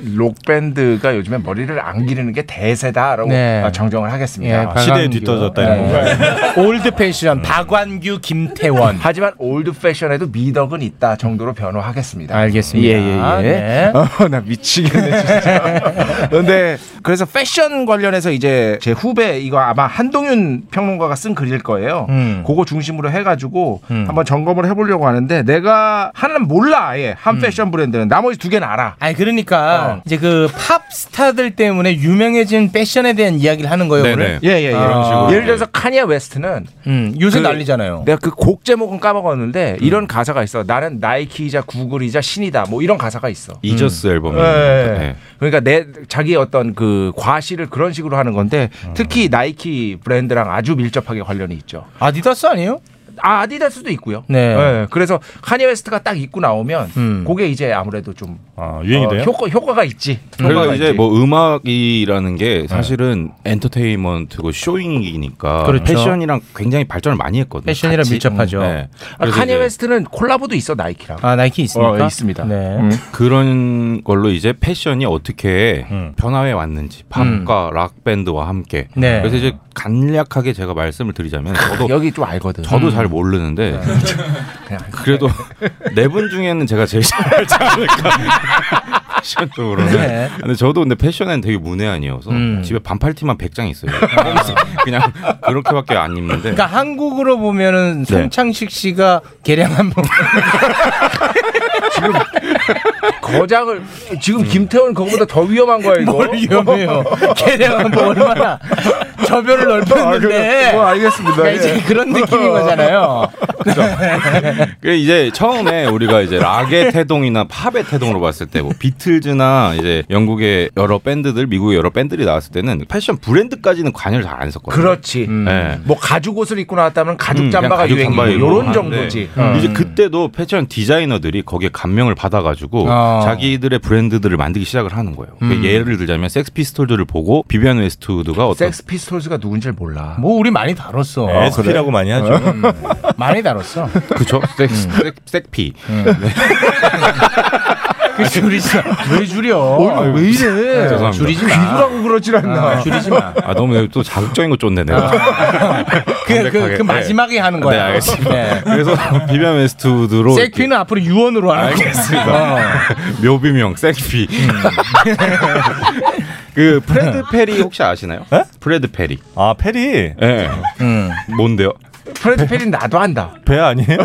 [SPEAKER 17] 록밴드가 요즘에 머리를 안 기르는 게 대세다라고
[SPEAKER 8] 네.
[SPEAKER 17] 아, 정정을 하겠습니다.
[SPEAKER 8] 예, 시대에 뒤떨어졌다 이런 올드 패션 박완규 김태원.
[SPEAKER 17] 하지만 올드 패션에도 미덕은 있다 정도로
[SPEAKER 8] 예,
[SPEAKER 17] 변호하겠습니다.
[SPEAKER 8] 알겠습니다.
[SPEAKER 17] 예, 예, 예.
[SPEAKER 8] <laughs> 네.
[SPEAKER 17] 어, 나 미치겠네 <laughs> 진짜. 근데 그래서 패션 관련해서 이제 제 후배 이거 아마 한동윤 평론가가 쓴 글일 거예요.
[SPEAKER 8] 음.
[SPEAKER 17] 그거 중심으로 해가지고
[SPEAKER 8] 음.
[SPEAKER 17] 한번 점검을 해보려고 하는데 내가 하나는 몰라 아예 한
[SPEAKER 8] 음.
[SPEAKER 17] 패션 브랜드는 나머지 두 개는 알아.
[SPEAKER 8] 아니 그러니까
[SPEAKER 17] 어.
[SPEAKER 8] 이제 그 팝스타들 때문에 유명해진 패션에 대한 이야기를 하는 거예요. 오늘?
[SPEAKER 17] 예, 예, 예.
[SPEAKER 8] 아.
[SPEAKER 17] 예를 들어서 카니아 웨스트는
[SPEAKER 8] 음, 요새 난리잖아요.
[SPEAKER 17] 내가 그 곡 제목은 까먹었는데 이런 가사가 있어. 나는 나이키이자 구글이자 신이다. 뭐 이런 가사가 있어.
[SPEAKER 18] 이저스 네. 앨범.
[SPEAKER 17] 예, 예. 그러니까 내 자기 어떤 그 과시를 그런 식으로 하는 건데 특히 나이키 브랜드랑 아주 밀접하게 관련이 있죠.
[SPEAKER 8] 아디다스 아니에요?
[SPEAKER 17] 아, 아디다스도 있고요.
[SPEAKER 8] 네.
[SPEAKER 17] 예, 그래서 카니 웨스트가 딱 입고 나오면
[SPEAKER 8] 음.
[SPEAKER 17] 그게 이제 아무래도 좀
[SPEAKER 18] 유행이
[SPEAKER 17] 어,
[SPEAKER 18] 돼요?
[SPEAKER 17] 효과 효과가 있지.
[SPEAKER 18] 그래서
[SPEAKER 17] 효과가
[SPEAKER 18] 이제
[SPEAKER 17] 있지.
[SPEAKER 18] 뭐 음악이라는
[SPEAKER 17] 네.
[SPEAKER 18] 게 사실은 엔터테인먼트고 쇼잉이니까
[SPEAKER 17] 그렇죠.
[SPEAKER 18] 패션이랑 굉장히 발전을 많이 했거든요.
[SPEAKER 17] 패션이랑
[SPEAKER 18] 같이.
[SPEAKER 17] 밀접하죠.
[SPEAKER 18] 네.
[SPEAKER 17] 아,
[SPEAKER 18] 그래서
[SPEAKER 17] 카니
[SPEAKER 18] 이제
[SPEAKER 17] 웨스트는 콜라보도 있어 나이키랑.
[SPEAKER 8] 아 나이키 있습니까?
[SPEAKER 17] 어, 있습니다.
[SPEAKER 8] 네.
[SPEAKER 18] 그런 걸로 이제 패션이 어떻게
[SPEAKER 17] 음.
[SPEAKER 18] 변화해 왔는지 팝과 락 밴드와 함께.
[SPEAKER 8] 네.
[SPEAKER 18] 그래서 이제 간략하게 제가 말씀을 드리자면 저도
[SPEAKER 17] 여기 좀 알거든.
[SPEAKER 18] 저도
[SPEAKER 17] 음.
[SPEAKER 18] 잘 <laughs> 모르는데 네 그래도 네 분 중에는 제가 제일 잘 알지 않을까. <laughs> 패션적으로는.
[SPEAKER 9] 네.
[SPEAKER 18] 근데 저도 근데 패션에는 되게 문외한이어서
[SPEAKER 8] 음.
[SPEAKER 18] 집에 반팔티만 100장
[SPEAKER 8] <laughs>
[SPEAKER 18] 있어요. 그냥 그렇게밖에 안 입는데.
[SPEAKER 8] 그러니까 한국으로
[SPEAKER 18] 네.
[SPEAKER 8] 보면은 손창식 씨가 개량 한번
[SPEAKER 17] 거장을 지금 김태원 그거보다 더 위험한 거야 이거.
[SPEAKER 8] 뭘
[SPEAKER 17] <laughs>
[SPEAKER 8] 위험해요. 걔네가 뭐 얼마나 저별을 넓혔는데.
[SPEAKER 17] 아, 그래. 뭐 알겠습니다.
[SPEAKER 8] 그러니까 이제
[SPEAKER 17] 예.
[SPEAKER 8] 그런 느낌인 거잖아요.
[SPEAKER 18] 그 이제 처음에 우리가 이제
[SPEAKER 17] <laughs>
[SPEAKER 18] 락의 태동이나 팝의 태동으로 봤을 때 뭐 비틀즈나 이제 영국의 여러 밴드들, 미국의 여러 밴드들이 나왔을 때는 패션 브랜드까지는 관여를 잘 안 했었거든요.
[SPEAKER 17] 그렇지.
[SPEAKER 18] 네.
[SPEAKER 17] 뭐 가죽 옷을 입고 나왔다면 가죽
[SPEAKER 18] 음, 그냥
[SPEAKER 17] 잠바가
[SPEAKER 18] 가죽
[SPEAKER 17] 유행이고
[SPEAKER 18] 잠바 입고 하는데
[SPEAKER 17] 이런
[SPEAKER 18] 음.
[SPEAKER 17] 정도지. 음.
[SPEAKER 18] 이제 그때도 패션 디자이너들이 거기에 감명을 받아가지고
[SPEAKER 17] 어.
[SPEAKER 18] 자기들의 브랜드들을 만들기 시작을 하는 거예요. 그
[SPEAKER 17] 음.
[SPEAKER 18] 예를 들자면 섹스 피스톨즈를 보고 비비안 웨스트우드가 어떤
[SPEAKER 17] 섹스 피스톨즈가 누군지 몰라.
[SPEAKER 8] 뭐 우리 많이 다뤘어.
[SPEAKER 18] 네, SP라고 많이 하죠.
[SPEAKER 8] 음, 많이 다뤘어. 음. 네.
[SPEAKER 18] 그쵸? 섹스 섹- 섹피
[SPEAKER 8] 그 줄이지 마. 왜 줄여? 아,
[SPEAKER 18] 왜 이래? 죄송합니다.
[SPEAKER 8] 줄이지 마.
[SPEAKER 18] 귀두라고
[SPEAKER 17] 그러질 않나.
[SPEAKER 8] 아, 줄이지 마.
[SPEAKER 18] 아 너무 내가 또 자극적인 거 쫓네 내가. <laughs>
[SPEAKER 8] 그, 그, 그
[SPEAKER 18] 네.
[SPEAKER 8] 마지막에 하는
[SPEAKER 18] 네
[SPEAKER 8] 거야.
[SPEAKER 18] 알겠습니다.
[SPEAKER 8] 네.
[SPEAKER 18] 그래서 비비안 웨스트우드로
[SPEAKER 8] 섹피는 앞으로 유언으로 하는 거야.
[SPEAKER 18] 알겠습니다. 묘비명 섹피. 그 프레드 페리 혹시 아시나요? 프레드 페리.
[SPEAKER 8] 어.
[SPEAKER 18] 아 페리. 네.
[SPEAKER 8] 음.
[SPEAKER 18] 뭔데요?
[SPEAKER 17] 프레드 페리 나도 한다.
[SPEAKER 18] 배 아니에요?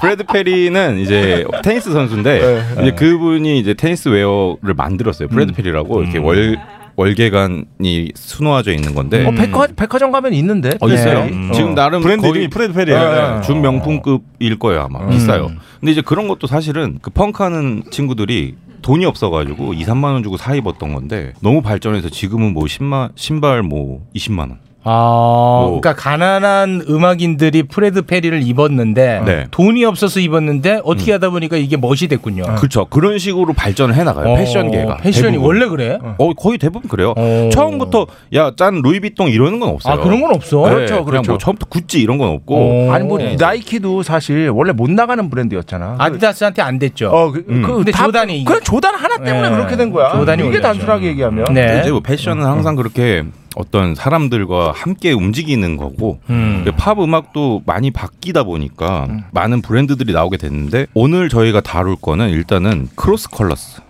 [SPEAKER 18] 브래드 페리는 이제 테니스 선수인데 이제 그분이 이제 테니스 웨어를 만들었어요. 브래드 페리라고 이렇게 월 월계관이 수놓아져 있는 건데.
[SPEAKER 17] 어, 백화, 백화점 가면 있는데.
[SPEAKER 18] 어 있어요.
[SPEAKER 17] 네. 어.
[SPEAKER 18] 음. 지금 나름
[SPEAKER 9] 브랜드
[SPEAKER 18] 거의-
[SPEAKER 9] 이름이 프레드 페리예요.
[SPEAKER 18] 네, 준명품급일 거예요 아마
[SPEAKER 8] 음.
[SPEAKER 18] 비싸요. 근데 이제 그런 것도 사실은 그 펑크하는 친구들이 돈이 없어가지고 2, 3만 원 주고 사 입었던 건데 너무 발전해서 지금은 뭐 10만 신발 뭐 20만 원. 뭐.
[SPEAKER 8] 아, 그러니까 가난한 음악인들이 프레드 페리를 입었는데
[SPEAKER 18] 네. 음.
[SPEAKER 8] 돈이 없어서 입었는데 어떻게 하다 보니까 이게 멋이 됐군요.
[SPEAKER 18] 그렇죠. 그런 식으로 발전을 해나가요.
[SPEAKER 8] 어,
[SPEAKER 18] 패션계가.
[SPEAKER 8] 패션이
[SPEAKER 18] 대부분.
[SPEAKER 8] 원래 그래?
[SPEAKER 18] 어, 거의 대부분 그래요. 처음부터 야 짠 루이비통 이러는 건 없어요.
[SPEAKER 17] 아, 그런 건 없어?
[SPEAKER 8] 네,
[SPEAKER 17] 그렇죠,
[SPEAKER 18] 그냥
[SPEAKER 17] 그렇죠.
[SPEAKER 18] 뭐 처음부터 구찌 이런 건 없고.
[SPEAKER 17] 아니 뭐
[SPEAKER 18] 네.
[SPEAKER 17] 나이키도 사실 원래 못 나가는 브랜드였잖아.
[SPEAKER 8] 아디다스한테 안 됐죠.
[SPEAKER 17] 어, 그,
[SPEAKER 18] 음.
[SPEAKER 17] 그
[SPEAKER 18] 근데
[SPEAKER 17] 다-
[SPEAKER 8] 조단이
[SPEAKER 17] 그냥 조단 하나 때문에
[SPEAKER 8] 예.
[SPEAKER 17] 그렇게 된 거야.
[SPEAKER 8] 조단이
[SPEAKER 17] 이게
[SPEAKER 8] 올렸죠. 네.
[SPEAKER 17] 단순하게 얘기하면.
[SPEAKER 18] 근데 이제 뭐 패션은 항상 그렇게 어떤 사람들과 함께 움직이는 거고
[SPEAKER 8] 음.
[SPEAKER 18] 근데 팝 음악도 많이 바뀌다 보니까 많은 브랜드들이 나오게 됐는데 오늘 저희가 다룰 거는 일단은 크로스 컬러스.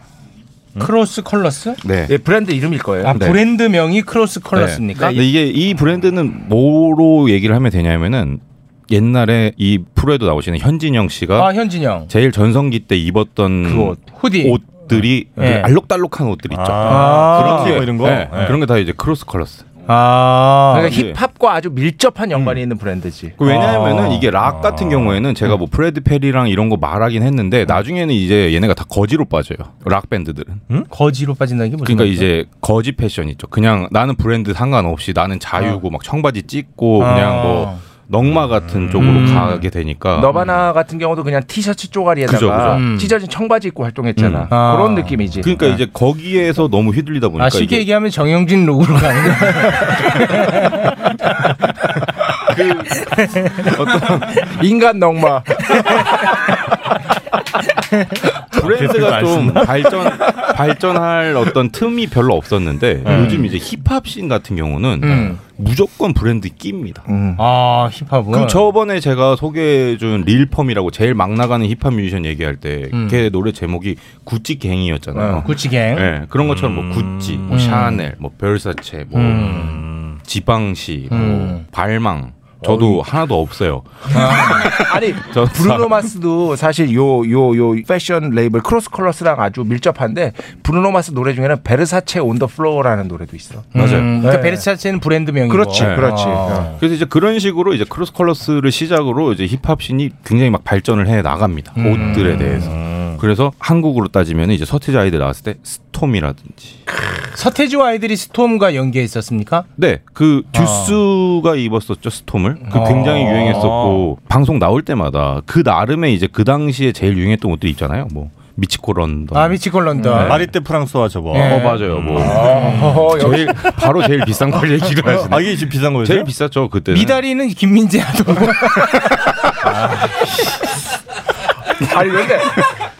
[SPEAKER 8] 음? 크로스 컬러스?
[SPEAKER 18] 네.
[SPEAKER 17] 브랜드 이름일 거예요.
[SPEAKER 8] 아,
[SPEAKER 18] 네.
[SPEAKER 8] 브랜드명이 크로스 컬러스입니까?
[SPEAKER 18] 네. 근데 이게 이 브랜드는 뭐로 얘기를 하면 되냐면은 옛날에 이 프로에도 나오시는 현진영 씨가
[SPEAKER 8] 아, 현진영.
[SPEAKER 18] 제일 전성기 때 입었던
[SPEAKER 8] 그 옷, 후디.
[SPEAKER 18] 들이그
[SPEAKER 8] 네.
[SPEAKER 18] 알록달록한 옷들 있죠.
[SPEAKER 8] 아.
[SPEAKER 18] 그런 게
[SPEAKER 8] 뭐 이런 거?
[SPEAKER 18] 네.
[SPEAKER 8] 네.
[SPEAKER 18] 그런 게 다 이제 크로스 컬러스.
[SPEAKER 8] 아.
[SPEAKER 17] 그러니까
[SPEAKER 18] 이게-
[SPEAKER 17] 힙합과 아주 밀접한 연관이 있는 브랜드지.
[SPEAKER 18] 네. 그 왜냐하면은
[SPEAKER 17] 아.
[SPEAKER 18] 이게 락 같은 경우에는 제가 뭐 프레드 페리랑 이런 거 말하긴 했는데 나중에는 이제 얘네가 다 거지로 빠져요. 락 밴드들은.
[SPEAKER 8] 거지로 빠진다는 게 무슨
[SPEAKER 18] 그러니까
[SPEAKER 8] 말이야?
[SPEAKER 18] 이제 거지 패션 있죠. 그냥 나는 브랜드 상관없이 나는
[SPEAKER 17] 어.
[SPEAKER 18] 자유고 막 청바지 찢고 그냥
[SPEAKER 17] 아.
[SPEAKER 18] 뭐 넝마 같은
[SPEAKER 17] 음.
[SPEAKER 18] 쪽으로 가게 되니까
[SPEAKER 17] 너바나 같은 경우도 그냥 티셔츠 쪼가리에다가
[SPEAKER 18] 그죠, 그죠. 음.
[SPEAKER 17] 찢어진 청바지 입고 활동했잖아.
[SPEAKER 18] 음. 아.
[SPEAKER 17] 그런 느낌이지. 네.
[SPEAKER 18] 그러니까 이제 거기에서 너무 휘둘리다 보니까
[SPEAKER 8] 아, 쉽게
[SPEAKER 18] 그러니까 이게
[SPEAKER 8] 얘기하면 정영진 로그로 가는
[SPEAKER 18] <laughs> 그
[SPEAKER 8] 거
[SPEAKER 17] 인간 넝마.
[SPEAKER 8] 아,
[SPEAKER 18] 브랜드가 좀
[SPEAKER 17] 말씀.
[SPEAKER 18] 발전 발전할 어떤 틈이 별로 없었는데
[SPEAKER 8] 음.
[SPEAKER 18] 요즘 이제 힙합 씬 같은 경우는
[SPEAKER 8] 음.
[SPEAKER 18] 무조건 브랜드 끼입니다.
[SPEAKER 8] 아, 힙합은.
[SPEAKER 18] 음. 그 저번에 제가 소개해준 릴펌이라고 제일 막 나가는 힙합 뮤지션 얘기할 때 걔
[SPEAKER 8] 음.
[SPEAKER 18] 노래 제목이 구찌 갱이었잖아요.
[SPEAKER 8] 어, 구찌갱.
[SPEAKER 18] 예, 그런 것처럼 뭐 구찌, 뭐
[SPEAKER 8] 음.
[SPEAKER 18] 샤넬, 뭐 벨사체, 뭐 지방시, 뭐
[SPEAKER 17] 음.
[SPEAKER 18] 발망. 저도 하나도 없어요. <laughs>
[SPEAKER 17] 아니
[SPEAKER 18] 저
[SPEAKER 17] 브루노 마스도 사실 요 요 요 패션 레이블 크로스 컬러스랑 아주 밀접한데 브루노 마스 노래 중에는 베르사체 온 더 플로어라는 노래도 있어. 음.
[SPEAKER 18] 맞아요. 음. 네.
[SPEAKER 8] 그러니까 베르사체는 브랜드명이고.
[SPEAKER 17] 그렇지, 그렇지. 어.
[SPEAKER 8] 아.
[SPEAKER 18] 그래서 이제 그런 식으로 이제 크로스 컬러스를 시작으로 이제 힙합 씬이 굉장히 막 발전을 해 나갑니다.
[SPEAKER 8] 음.
[SPEAKER 18] 옷들에 대해서. 그래서 한국으로 따지면 이제 서태지 아이들 나왔을 때 스톰이라든지
[SPEAKER 8] 서태지와 아이들이 스톰과 연계해 있었습니까?
[SPEAKER 18] 네, 그 듀스가 입었었죠 스톰을.
[SPEAKER 17] 어.
[SPEAKER 18] 그 굉장히
[SPEAKER 8] 아.
[SPEAKER 18] 유행했었고 방송 나올 때마다 그 나름의 이제 그 당시에 제일 유행했던 옷들 있잖아요. 뭐 미치코 런던.
[SPEAKER 8] 아, 미치콜 런던.
[SPEAKER 18] 마리떼 프랑스와 저거.
[SPEAKER 8] 예.
[SPEAKER 18] 어 맞아요. 뭐
[SPEAKER 8] 아,
[SPEAKER 18] 제일 바로 제일 비싼 걸 얘기를 하시네.
[SPEAKER 9] 아, 이게 지금 비싼 거였어요?
[SPEAKER 18] 제일 비쌌죠 그때는.
[SPEAKER 8] 미다리는 김민재
[SPEAKER 18] <laughs>
[SPEAKER 8] 아동.
[SPEAKER 17] 아, 아니 근데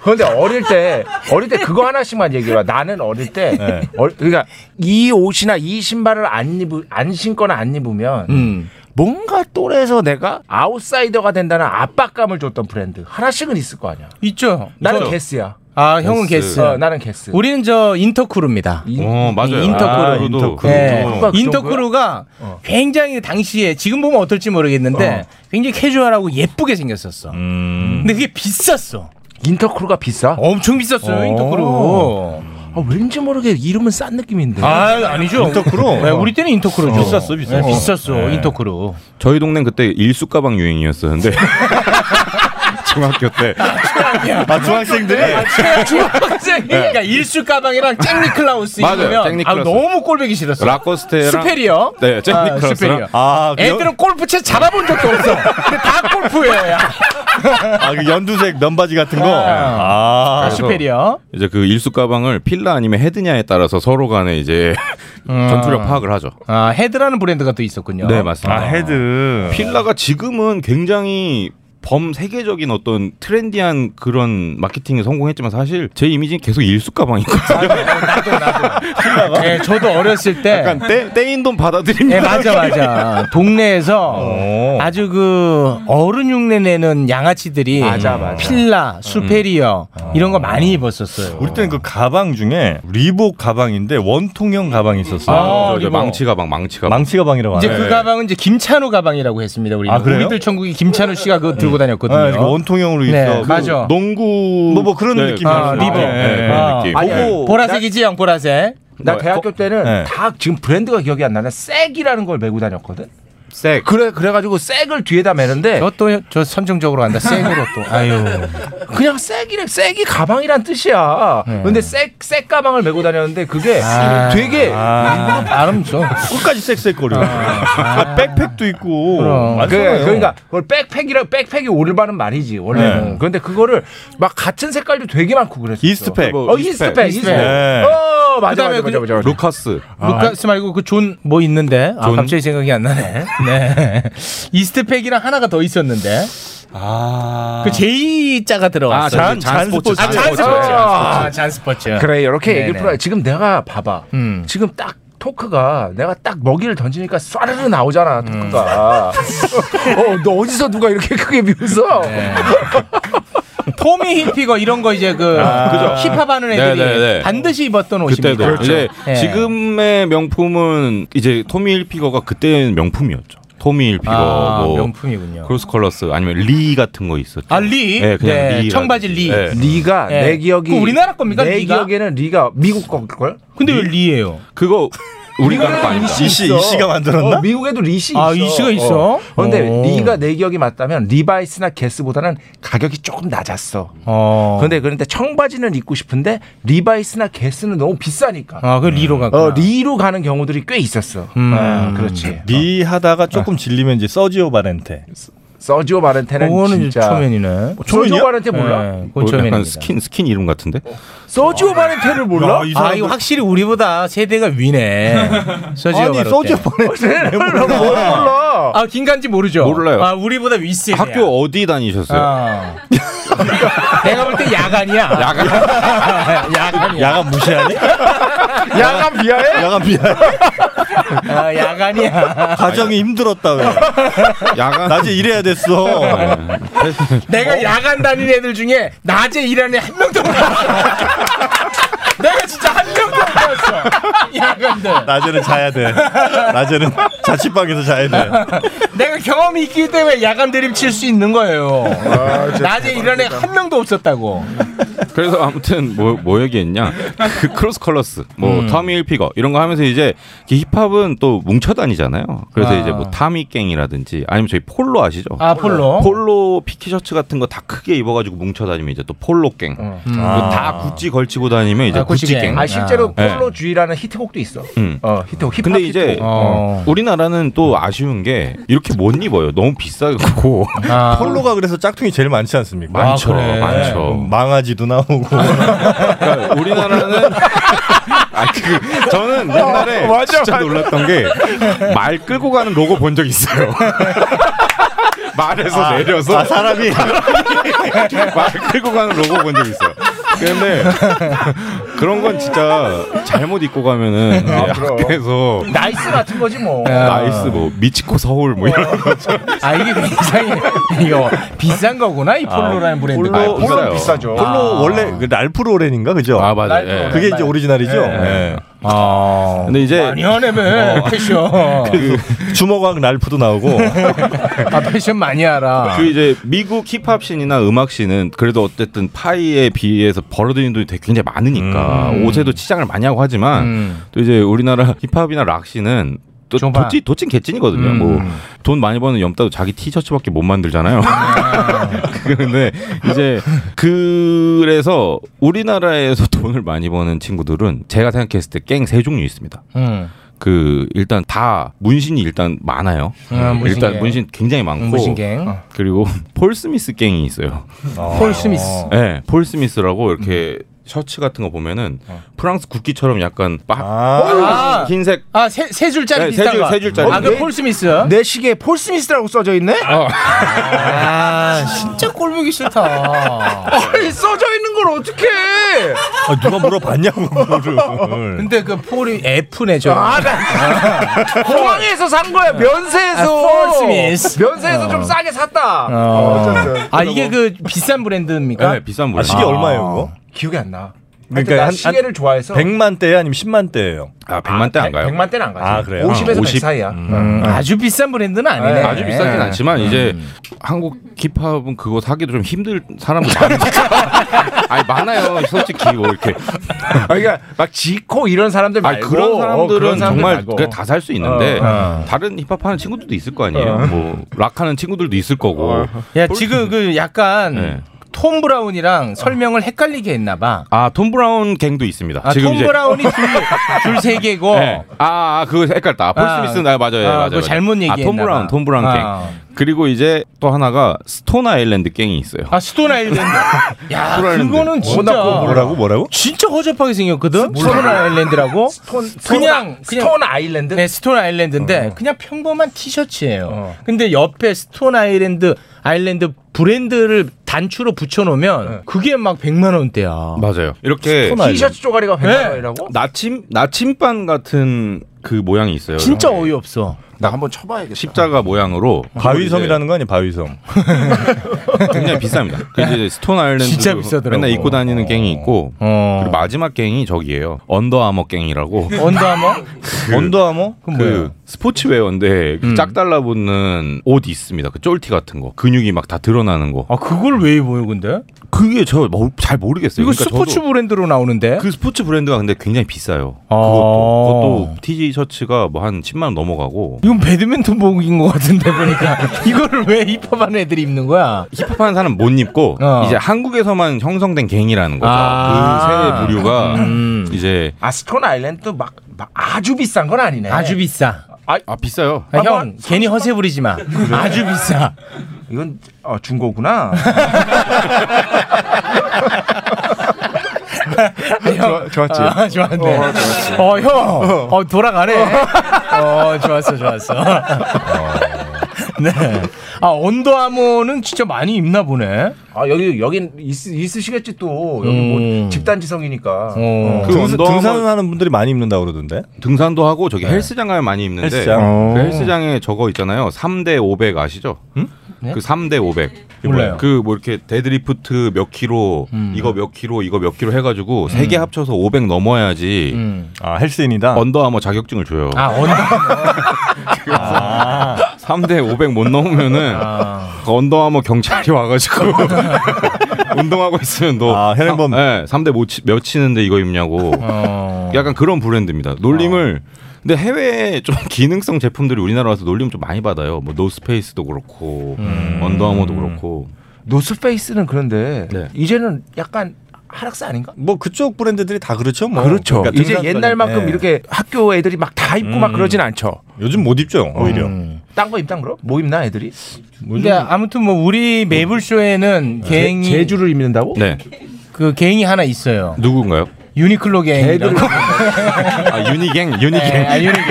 [SPEAKER 17] 근데 어릴 때 어릴 때 그거 하나씩만 얘기해봐. 나는 어릴 때
[SPEAKER 9] 네.
[SPEAKER 17] 어, 그러니까 이 옷이나 이 신발을 안 입으 안 신거나 안 입으면
[SPEAKER 8] 음.
[SPEAKER 17] 뭔가 또래에서 내가 아웃사이더가 된다는 압박감을 줬던 브랜드 하나씩은 있을 거 아니야.
[SPEAKER 8] 있죠.
[SPEAKER 17] 나는
[SPEAKER 8] 있죠.
[SPEAKER 17] 게스야.
[SPEAKER 8] 아, 형은
[SPEAKER 17] 게스.
[SPEAKER 8] 게스.
[SPEAKER 17] 어, 나는 게스.
[SPEAKER 8] 우리는 저 인터크루입니다.
[SPEAKER 17] 어, 맞아요.
[SPEAKER 8] 인터크루.
[SPEAKER 17] 아, 인터크루.
[SPEAKER 11] 어.
[SPEAKER 8] 예.
[SPEAKER 17] 인터크루가 그
[SPEAKER 8] 인터크루가 굉장히 당시에 지금 보면 어. 어떨지 음. 모르겠는데 굉장히 캐주얼하고 예쁘게 생겼었어. 근데 그게 비쌌어.
[SPEAKER 17] 인터크루가 비싸?
[SPEAKER 8] 엄청 비쌌어요, 인터크루.
[SPEAKER 17] 아, 왠지 모르게 이름은 싼 느낌인데.
[SPEAKER 8] 아, 아니죠.
[SPEAKER 17] 인터크루?
[SPEAKER 8] 네, 우리 때는 인터크루죠.
[SPEAKER 17] 비쌌어, 비쌌어.
[SPEAKER 8] 네, 비쌌어,
[SPEAKER 18] 네.
[SPEAKER 8] 인터크루.
[SPEAKER 18] 저희 동네는 그때 일수 가방
[SPEAKER 8] <laughs>
[SPEAKER 18] 유행이었었는데 중학교 때. 아 중학생들이. 네.
[SPEAKER 8] 중학생. 그러니까 일수 가방이랑 잭니 클라우스
[SPEAKER 18] 맞아요,
[SPEAKER 8] 입으면
[SPEAKER 18] 잭
[SPEAKER 8] 아,
[SPEAKER 18] 니클라우스.
[SPEAKER 8] 너무 꼴보기 싫었어.
[SPEAKER 18] 라코스테랑-
[SPEAKER 8] 스페리어.
[SPEAKER 18] 네, 잭
[SPEAKER 8] 아,
[SPEAKER 18] 니클라우스랑.
[SPEAKER 8] 스페리어.
[SPEAKER 18] 아, 그럼-
[SPEAKER 8] 애들은 골프채 잡아본 적도 없어. 근데 다 골프예요.
[SPEAKER 18] 아그 연두색 면바지 같은
[SPEAKER 8] 거? 아. 아, 슈페리어.
[SPEAKER 18] 이제 그 일수 가방을 필라 아니면 헤드냐에 따라서 서로 간에 이제
[SPEAKER 8] 음.
[SPEAKER 18] 전투력 파악을 하죠.
[SPEAKER 8] 아, 헤드라는 브랜드가 또 있었군요.
[SPEAKER 18] 네 맞습니다.
[SPEAKER 9] 아, 헤드.
[SPEAKER 18] 필라가 지금은 굉장히 범 세계적인 어떤 트렌디한 그런 마케팅에 성공했지만 사실 제 이미지는 계속 일수 가방이거든요.
[SPEAKER 8] 예, 저도 어렸을 때
[SPEAKER 18] 약간 떼, 떼인 돈 받아들입니다.
[SPEAKER 8] 예, 맞아 맞아. 동네에서
[SPEAKER 9] 어.
[SPEAKER 8] 아주 그 어른 흉내 내는 양아치들이
[SPEAKER 9] 맞아, 음. 맞아.
[SPEAKER 8] 필라, 수페리어 이런 거 많이 입었었어요.
[SPEAKER 9] 우리 때는 그 가방 중에 리복 가방인데 원통형 가방이 있었어요.
[SPEAKER 8] 아, 저, 저 리복. 망치
[SPEAKER 18] 가방, 망치 가방.
[SPEAKER 9] 망치 가방이라고
[SPEAKER 8] 이제
[SPEAKER 9] 하네.
[SPEAKER 8] 그 가방은 이제 김찬우 가방이라고 했습니다. 우리
[SPEAKER 9] 아, 그래요?
[SPEAKER 8] 우리들 천국이 김찬우 씨가 그거 들고 다녔거든요.
[SPEAKER 9] 아, 이렇게 원통형으로
[SPEAKER 8] 네,
[SPEAKER 9] 있어. 그
[SPEAKER 8] 맞아.
[SPEAKER 18] 농구
[SPEAKER 9] 뭐, 뭐 그런 느낌이었어요.
[SPEAKER 8] 아, 리버.
[SPEAKER 18] 네,
[SPEAKER 9] 예, 예,
[SPEAKER 8] 아,
[SPEAKER 9] 느낌.
[SPEAKER 8] 아니,
[SPEAKER 9] 보고-
[SPEAKER 8] 보라색이지 형 보라색.
[SPEAKER 17] 나 대학교 때는
[SPEAKER 9] 네.
[SPEAKER 17] 다 지금 브랜드가 기억이 안 나네. 색이라는 걸 메고 다녔거든.
[SPEAKER 18] 색.
[SPEAKER 17] 그래 그래가지고 색을 뒤에다 매는데.
[SPEAKER 8] 저또 저 선정적으로 한다. 색으로
[SPEAKER 17] <laughs>
[SPEAKER 8] 또. 아유.
[SPEAKER 17] 그냥 색이래 색이 가방이란 뜻이야.
[SPEAKER 8] 네.
[SPEAKER 17] 근데 색색 가방을 메고 다녔는데 그게
[SPEAKER 9] 아.
[SPEAKER 17] 되게
[SPEAKER 9] 아.
[SPEAKER 8] 아름죠.
[SPEAKER 9] 끝까지 쌕쌕거려. 아, 백팩도 있고.
[SPEAKER 17] 그,
[SPEAKER 9] 많잖아요.
[SPEAKER 17] 그러니까 그걸 백팩이라 백팩이 올바른 말이지 원래는.
[SPEAKER 9] 네.
[SPEAKER 17] 그런데 그거를 막 같은 색깔도 되게 많고 그랬어.
[SPEAKER 9] 이스트팩.
[SPEAKER 17] 어 이스트팩. 이스트팩.
[SPEAKER 9] 네.
[SPEAKER 17] 어 맞아 맞아
[SPEAKER 8] 그다음에
[SPEAKER 17] 맞아 맞아. 맞아.
[SPEAKER 18] 루카스.
[SPEAKER 8] 루카스 말고 그 존 뭐 있는데 아
[SPEAKER 17] 존?
[SPEAKER 8] 갑자기 생각이 안 나네. 네. 이스트팩이랑 하나가 더 있었는데.
[SPEAKER 9] 아.
[SPEAKER 8] 그 제이 자가 들어갔어.
[SPEAKER 17] 아, 잔, 잔 스포츠.
[SPEAKER 8] 아, 잔 스포츠. 아, 잔 스포츠. 음.
[SPEAKER 17] 그래 이렇게 얘기를
[SPEAKER 8] 네네.
[SPEAKER 17] 풀어야 지금 내가 봐봐 음. 지금 딱 토크가 내가 딱 먹이를 던지니까 쏴르르 나오잖아 토크가 <laughs> 어, 너 어디서 누가 이렇게 크게 미웃어
[SPEAKER 8] <laughs> 토미 히피거 이런 거 이제 그
[SPEAKER 18] 아, 그죠.
[SPEAKER 8] 힙합 하는 애들이
[SPEAKER 18] 네네네.
[SPEAKER 8] 반드시 입었던 옷입니다. 그렇죠. 네.
[SPEAKER 18] 그때도 이제 지금의 명품은 이제 토미 힐피거가 그때는 명품이었죠. 토미 힐피거
[SPEAKER 8] 아,
[SPEAKER 18] 뭐
[SPEAKER 8] 명품이군요.
[SPEAKER 18] 크로스 컬러스 아니면 리 같은 거 있었죠.
[SPEAKER 8] 아, 리?
[SPEAKER 18] 네, 그냥
[SPEAKER 8] 네,
[SPEAKER 18] 리
[SPEAKER 8] 청바지 리.
[SPEAKER 17] 리가
[SPEAKER 8] 네.
[SPEAKER 17] 내 기억이
[SPEAKER 8] 그 우리나라 겁니까,
[SPEAKER 17] 내
[SPEAKER 8] 리가?
[SPEAKER 17] 기억에는 리가 미국 걸걸?
[SPEAKER 8] 근데 왜 리예요?
[SPEAKER 18] 그거 우리가 한거 아닙니다.
[SPEAKER 9] 이씨, 이씨가 만들었나?
[SPEAKER 17] 어, 미국에도 리시 있어.
[SPEAKER 9] 아, 이씨가 있어?
[SPEAKER 17] 어. 그런데
[SPEAKER 9] 어.
[SPEAKER 17] 리가 내 기억이 맞다면 리바이스나 게스보다는 가격이 조금 낮았어. 그런데 그런데 청바지는 입고 싶은데 리바이스나 게스는 너무 비싸니까.
[SPEAKER 8] 아, 그 리로 갔구나.
[SPEAKER 17] 어, 리로 가는 경우들이 꽤 있었어. 아, 그렇지.
[SPEAKER 9] 리 하다가 조금 질리면 이제 서지오 바렌테.
[SPEAKER 17] 서지오 바렌테는
[SPEAKER 9] 그거는
[SPEAKER 17] 진짜
[SPEAKER 9] 초면이네.
[SPEAKER 17] 서지오
[SPEAKER 9] 초면이야?
[SPEAKER 17] 바렌테
[SPEAKER 10] 예,
[SPEAKER 17] 몰라?
[SPEAKER 8] 네,
[SPEAKER 18] 뭐 약간
[SPEAKER 8] 고점입니다.
[SPEAKER 18] 스킨 스킨 이름 같은데.
[SPEAKER 17] 서지오 바렌테를 몰라?
[SPEAKER 8] 아, 이거 확실히 우리보다 세대가
[SPEAKER 17] <laughs>
[SPEAKER 8] 위네. 서지오
[SPEAKER 17] 아니,
[SPEAKER 8] 바로
[SPEAKER 17] 서지오
[SPEAKER 8] 때.
[SPEAKER 17] 바렌테를 몰라. 아, 뭘 몰라?
[SPEAKER 8] 아, 김간지 모르죠?
[SPEAKER 18] 몰라요.
[SPEAKER 8] 아, 우리보다 윗세대야.
[SPEAKER 18] 학교 어디 다니셨어요?
[SPEAKER 8] 아. <laughs> 내가 볼 때 야간이야.
[SPEAKER 18] 야간.
[SPEAKER 8] <laughs> 야간이야.
[SPEAKER 9] 야간 무시하니?
[SPEAKER 17] <laughs> 야간 비하해?
[SPEAKER 9] 야간 비하해?
[SPEAKER 8] 아, 야간이야.
[SPEAKER 9] 가정이 힘들었다. 왜.
[SPEAKER 18] <laughs> 야간
[SPEAKER 9] 낮에 일해야 됐어.
[SPEAKER 8] 내가 야간 다니는 애들 중에 낮에 일하는 애 한 명도 못 봤어. <laughs> 내가 진짜 한 명도 못 봤어. 야간들.
[SPEAKER 9] 낮에는 자야
[SPEAKER 18] <laughs>
[SPEAKER 9] 돼. 낮에는 자취방에서 자야 돼.
[SPEAKER 8] <laughs> 내가 경험이 있기 때문에 야간 드림 칠 수 있는 거예요.
[SPEAKER 9] 아,
[SPEAKER 18] 진짜
[SPEAKER 8] 낮에 일하는 애 한 명도 없었다고.
[SPEAKER 18] 그래서 아무튼 뭐 뭐 얘기했냐? <laughs> 그 크로스 컬러스, 뭐
[SPEAKER 8] 음.
[SPEAKER 18] 터미 힐피거 이런 거 하면서 이제 그 힙합은 또 뭉쳐 다니잖아요. 그래서
[SPEAKER 8] 아.
[SPEAKER 18] 이제 뭐 타미 갱이라든지 아니면 저희 폴로 아시죠?
[SPEAKER 8] 아, 폴로.
[SPEAKER 18] 폴로 피티셔츠 같은 거 다 크게 입어가지고 뭉쳐 다니면 이제 또 폴로 갱.
[SPEAKER 8] 음.
[SPEAKER 18] 그리고
[SPEAKER 17] 아.
[SPEAKER 18] 다 구찌 걸치고 다니면 이제
[SPEAKER 17] 아,
[SPEAKER 18] 구찌 갱.
[SPEAKER 17] 아, 실제로
[SPEAKER 18] 네.
[SPEAKER 17] 폴로 주의라는 히트곡도 있어.
[SPEAKER 18] 음.
[SPEAKER 17] 어, 히트곡, 힙합
[SPEAKER 18] 근데 이제
[SPEAKER 17] 히트곡.
[SPEAKER 18] 어, 우리나라는 또 아쉬운 게 이렇게 못 입어요. 너무 비싸고
[SPEAKER 8] 아.
[SPEAKER 9] 폴로가 그래서 짝퉁이 제일 많지 않습니까?
[SPEAKER 18] 많죠, 많죠.
[SPEAKER 9] 망아지도 나오고.
[SPEAKER 18] 우리나라는 아, 그, 저는 옛날에
[SPEAKER 9] 어, 맞아,
[SPEAKER 18] 진짜
[SPEAKER 9] 맞아.
[SPEAKER 18] 놀랐던 게 <laughs> 말 끌고 가는 로고 본 적 있어요. 말에서
[SPEAKER 9] 아,
[SPEAKER 18] 내려서
[SPEAKER 9] 아, 사람이?
[SPEAKER 18] 말 끌고 가는 로고 본 적 있어요. 근데 그런 건 진짜 잘못 입고 가면은 이제
[SPEAKER 17] 아, 그럼.
[SPEAKER 18] 학교에서
[SPEAKER 17] 나이스 같은 거지 뭐.
[SPEAKER 18] 나이스 뭐 미치코 서울 뭐 이런 거죠.
[SPEAKER 8] 아 이게 굉장히 이거 비싼 거구나 이 폴로라는 브랜드가.
[SPEAKER 18] 아, 비싸요. 폴로 원래 그 랄프로렌인가 그죠? 아 맞아. 요 그게 이제 오리지널이죠.
[SPEAKER 9] 예.
[SPEAKER 18] 예. 아. 근데 이제 어.
[SPEAKER 8] 많이 하네, 매. 패션.
[SPEAKER 18] <laughs> 그 주먹왕 랄프도 나오고
[SPEAKER 8] 아 패션 많이 알아.
[SPEAKER 18] 그 이제 미국 힙합 씬이나 음악 씬은 그래도 어쨌든 파이에 비해서 벌어들인 돈이 되게 굉장히 많으니까
[SPEAKER 9] 음.
[SPEAKER 18] 옷에도 치장을 많이 하고 하지만
[SPEAKER 9] 음.
[SPEAKER 18] 또 이제 우리나라 <laughs> 힙합이나 락 씬은 또 도찐 도찐 개찐이거든요.
[SPEAKER 8] 음.
[SPEAKER 18] 뭐 돈 많이 버는 염따도 자기 티셔츠밖에 못 만들잖아요. <laughs> 그런데 이제 그래서 우리나라에서 <laughs> 돈을 많이 버는 친구들은 제가 생각했을 때 갱 세 종류 있습니다.
[SPEAKER 8] 음.
[SPEAKER 18] 그 일단 다 문신이 일단 많아요.
[SPEAKER 8] 아, 문신
[SPEAKER 18] 일단
[SPEAKER 8] 갱.
[SPEAKER 18] 문신 굉장히 많고
[SPEAKER 8] 음, 문신 갱.
[SPEAKER 18] 어. 그리고 폴 스미스 갱이 있어요.
[SPEAKER 8] 폴 스미스.
[SPEAKER 18] 네, 폴 스미스라고 이렇게 셔츠 같은 거 보면은
[SPEAKER 17] 어.
[SPEAKER 18] 프랑스 국기처럼 약간 빡
[SPEAKER 8] 아.
[SPEAKER 18] 흰색
[SPEAKER 8] 아세 세
[SPEAKER 18] 네,
[SPEAKER 8] 줄짜리
[SPEAKER 18] 세
[SPEAKER 8] 비슷한
[SPEAKER 18] 줄-
[SPEAKER 8] 거.
[SPEAKER 18] 세 줄짜리.
[SPEAKER 8] 아, 그폴 스미스.
[SPEAKER 17] 내 시계에 폴 스미스라고 써져 있네?
[SPEAKER 8] 아, 진짜 꼴보기 <laughs> 싫다.
[SPEAKER 17] 아니 써져 있는 걸 어떻게?
[SPEAKER 18] 아, 누가 물어봤냐고
[SPEAKER 8] 근데 그 폴이 F네 저.
[SPEAKER 17] 아,
[SPEAKER 8] <laughs>
[SPEAKER 17] 공항에서 산 거야 면세에서.
[SPEAKER 8] 아, 폴 스미스.
[SPEAKER 17] 면세에서
[SPEAKER 8] 어.
[SPEAKER 17] 좀 싸게 샀다.
[SPEAKER 8] 어. 아 이게 그 비싼 브랜드입니까?
[SPEAKER 18] 네, 비싼
[SPEAKER 9] 아,
[SPEAKER 18] 물건.
[SPEAKER 9] 시계 얼마예요, 그거?
[SPEAKER 17] 기억이 안 나.
[SPEAKER 9] 그러니까 한- 한 100만 대야 아니면 10만 대예요?
[SPEAKER 18] 아, 100만 대 안 가요.
[SPEAKER 17] 100만 대는 안 가죠.
[SPEAKER 9] 아, 그래요?
[SPEAKER 17] 50에서 100 사이야.
[SPEAKER 18] 음.
[SPEAKER 8] 아주 비싼 브랜드는 아니네.
[SPEAKER 18] 아주 비싸진 않지만 이제
[SPEAKER 17] 음.
[SPEAKER 18] 한국 힙합은 그거 사기도 좀 힘들 사람도 많아요. <laughs> 아니 많아요. 솔직히 뭐 이렇게.
[SPEAKER 17] 그러니까 막 지코 이런 사람들
[SPEAKER 18] 아니,
[SPEAKER 17] 말고
[SPEAKER 18] 그런 사람들은
[SPEAKER 17] 어, 그런 사람들
[SPEAKER 18] 정말
[SPEAKER 17] 말고.
[SPEAKER 18] 다 살 수 있는데
[SPEAKER 17] 어, 어.
[SPEAKER 18] 다른 힙합하는 친구들도 있을 거 아니에요.
[SPEAKER 8] 어.
[SPEAKER 18] 뭐 락하는 친구들도 있을 거고.
[SPEAKER 17] 어.
[SPEAKER 18] 네.
[SPEAKER 8] 야 지금 그 약간 톰 브라운이랑 설명을 헷갈리게 했나봐.
[SPEAKER 18] 어. 아 톰 브라운 갱도 있습니다.
[SPEAKER 8] 아,
[SPEAKER 18] 지금
[SPEAKER 8] 톰
[SPEAKER 18] 이제
[SPEAKER 8] 브라운이 줄 세
[SPEAKER 18] <laughs>
[SPEAKER 8] 개고.
[SPEAKER 18] 네. 아, 아, 그거 헷갈다. 폴
[SPEAKER 8] 아,
[SPEAKER 18] 스미스 나 맞아요.
[SPEAKER 8] 아,
[SPEAKER 18] 맞아요.
[SPEAKER 8] 그거 잘못
[SPEAKER 18] 아, 톰
[SPEAKER 8] 얘기했나
[SPEAKER 18] 브라운,
[SPEAKER 8] 봐.
[SPEAKER 18] 톰 브라운 갱.
[SPEAKER 8] 아.
[SPEAKER 18] 그리고 이제 또 하나가 스톤 아일랜드 갱이 있어요.
[SPEAKER 8] 아 스톤
[SPEAKER 18] <laughs>
[SPEAKER 8] 아일랜드. 야
[SPEAKER 18] 스톤 아일랜드.
[SPEAKER 8] 그거는 진짜
[SPEAKER 18] 뭐라고?
[SPEAKER 8] 진짜 허접하게 생겼거든. 스톤 아일랜드라고.
[SPEAKER 17] 스톤,
[SPEAKER 8] 그냥
[SPEAKER 17] 스톤 스톤 아일랜드. 어.
[SPEAKER 8] 네 스톤 아일랜드인데 그냥 평범한 티셔츠예요. 근데 옆에 스톤 아일랜드 아일랜드 브랜드를 단추로 붙여놓으면 그게 막 100만 원대야. 네.
[SPEAKER 18] 맞아요. 이렇게
[SPEAKER 17] 네. 티셔츠 쪼가리가 100만 원이라고?
[SPEAKER 18] 나침 나침반 같은 그 모양이 있어요.
[SPEAKER 8] 진짜 어이없어.
[SPEAKER 18] 나 한번 쳐봐야겠다. 십자가 모양으로
[SPEAKER 9] 바위섬이라는
[SPEAKER 18] 거 아니 바위섬. 굉장히 비쌉니다. 그 이제 스톤 아일랜드
[SPEAKER 9] 진짜 비싸더라고.
[SPEAKER 18] 맨날 입고 다니는 갱이 있고 그리고 마지막 갱이 저기예요. 언더아머 갱이라고.
[SPEAKER 8] 어. 언더아머? 음.
[SPEAKER 18] 언더아머? 그 스포츠웨어인데 그 짝달라 붙는 옷 있습니다. 그 쫄티 같은 거. 근육이 막 다 드러나는 거.
[SPEAKER 8] 아 그걸 왜 입어요 근데?
[SPEAKER 18] 그게 저 잘 모르겠어요.
[SPEAKER 8] 이거
[SPEAKER 18] 그러니까
[SPEAKER 8] 스포츠
[SPEAKER 18] 저도-
[SPEAKER 8] 브랜드로 나오는데.
[SPEAKER 18] 그 스포츠 브랜드가 근데 굉장히 비싸요.
[SPEAKER 8] 아.
[SPEAKER 18] 그것도 그것도 티셔츠가 뭐 한 10만 원 넘어가고
[SPEAKER 8] 이건 배드민턴복인 것 같은데 보니까 <laughs> 이거를 왜 힙합하는 애들이 입는 거야?
[SPEAKER 18] 힙합하는 사람 못 입고 이제 한국에서만 형성된 갱이라는 거죠.
[SPEAKER 17] 어. 아.
[SPEAKER 18] 그 세 부류가
[SPEAKER 17] 음.
[SPEAKER 18] 이제
[SPEAKER 17] 아 스톤 아일랜드도 막, 막 아주 비싼 건 아니네.
[SPEAKER 8] 아주 비싸.
[SPEAKER 17] 아,
[SPEAKER 18] 비싸요.
[SPEAKER 8] 아, 형 괜히 허세 부리지 마. 아주 비싸.
[SPEAKER 17] 이건 어, 중고구나.
[SPEAKER 8] <laughs> 형.
[SPEAKER 17] 좋았지?
[SPEAKER 8] 아, 좋았네.
[SPEAKER 17] 어,
[SPEAKER 8] 어,
[SPEAKER 17] 좋았지.
[SPEAKER 8] 형. 어, 돌아가네. 어, 좋았어, 좋았어. <laughs> 네. 아, 언더아머는 진짜 많이 입나 보네.
[SPEAKER 17] 아 여기 여긴 있, 있으시겠지 또 여기 뭐
[SPEAKER 9] 음.
[SPEAKER 17] 집단지성이니까.
[SPEAKER 8] 어.
[SPEAKER 17] 어.
[SPEAKER 9] 그 등산, 등산하는 분들이 많이 입는다 그러던데. 네.
[SPEAKER 18] 등산도 하고 저기 헬스장 가면 많이 입는데
[SPEAKER 9] 헬스장. 어.
[SPEAKER 18] 그 헬스장에 저거 있잖아요. 3대 500 아시죠?
[SPEAKER 9] 네?
[SPEAKER 18] 그 3대 500.
[SPEAKER 9] 몰라요.
[SPEAKER 18] 그 뭐 이렇게 데드리프트 몇 키로, 이거 몇 키로, 이거 몇 키로 해가지고 세 개 합쳐서 500 넘어야지. 아 헬스인이다. 언더아머 자격증을 줘요.
[SPEAKER 8] 아,
[SPEAKER 18] <laughs>
[SPEAKER 8] 언더아머.
[SPEAKER 18] 3대 500 못 넘으면은 그 언더아머 경찰이 와가지고 운동하고 있으면 너 아, 혈행범. 네, 3대 못 치, 몇 치는데 이거
[SPEAKER 9] <laughs>
[SPEAKER 18] 입냐고.
[SPEAKER 9] 아.
[SPEAKER 8] 어.
[SPEAKER 18] 약간 그런 브랜드입니다. 놀림을 근데 해외에 좀 <laughs> 기능성 제품들이 우리나라 와서 놀림 좀 많이 받아요. 뭐 노스페이스도 그렇고
[SPEAKER 9] 음.
[SPEAKER 18] 언더아머도 그렇고. 네.
[SPEAKER 17] 노스페이스는 그런데
[SPEAKER 8] 네.
[SPEAKER 17] 이제는 약간 하락사 아닌가?
[SPEAKER 9] 뭐 그쪽 브랜드들이 다 그렇죠. 뭐.
[SPEAKER 17] 그렇죠.
[SPEAKER 9] 그러니까
[SPEAKER 17] 이제
[SPEAKER 9] 등산
[SPEAKER 17] 옛날만큼
[SPEAKER 9] 관련- 예.
[SPEAKER 17] 이렇게 학교 애들이 막 다 입고 막
[SPEAKER 9] 음.
[SPEAKER 17] 그러진 않죠.
[SPEAKER 9] 요즘 못 입죠 오히려.
[SPEAKER 17] 딴 거 입당 그럼? 뭐 입나 애들이?
[SPEAKER 8] 근데 아무튼 뭐 우리 매블쇼에는
[SPEAKER 17] 개-
[SPEAKER 9] 네.
[SPEAKER 8] 개인이
[SPEAKER 17] 제주를 입는다고?
[SPEAKER 18] 네.
[SPEAKER 8] 그 개인이 하나 있어요.
[SPEAKER 9] 네.
[SPEAKER 18] 누구인가요?
[SPEAKER 8] 유니클로 갱이라고.
[SPEAKER 18] 아, 유니갱, 유니갱.
[SPEAKER 8] 네, 아, 유니갱.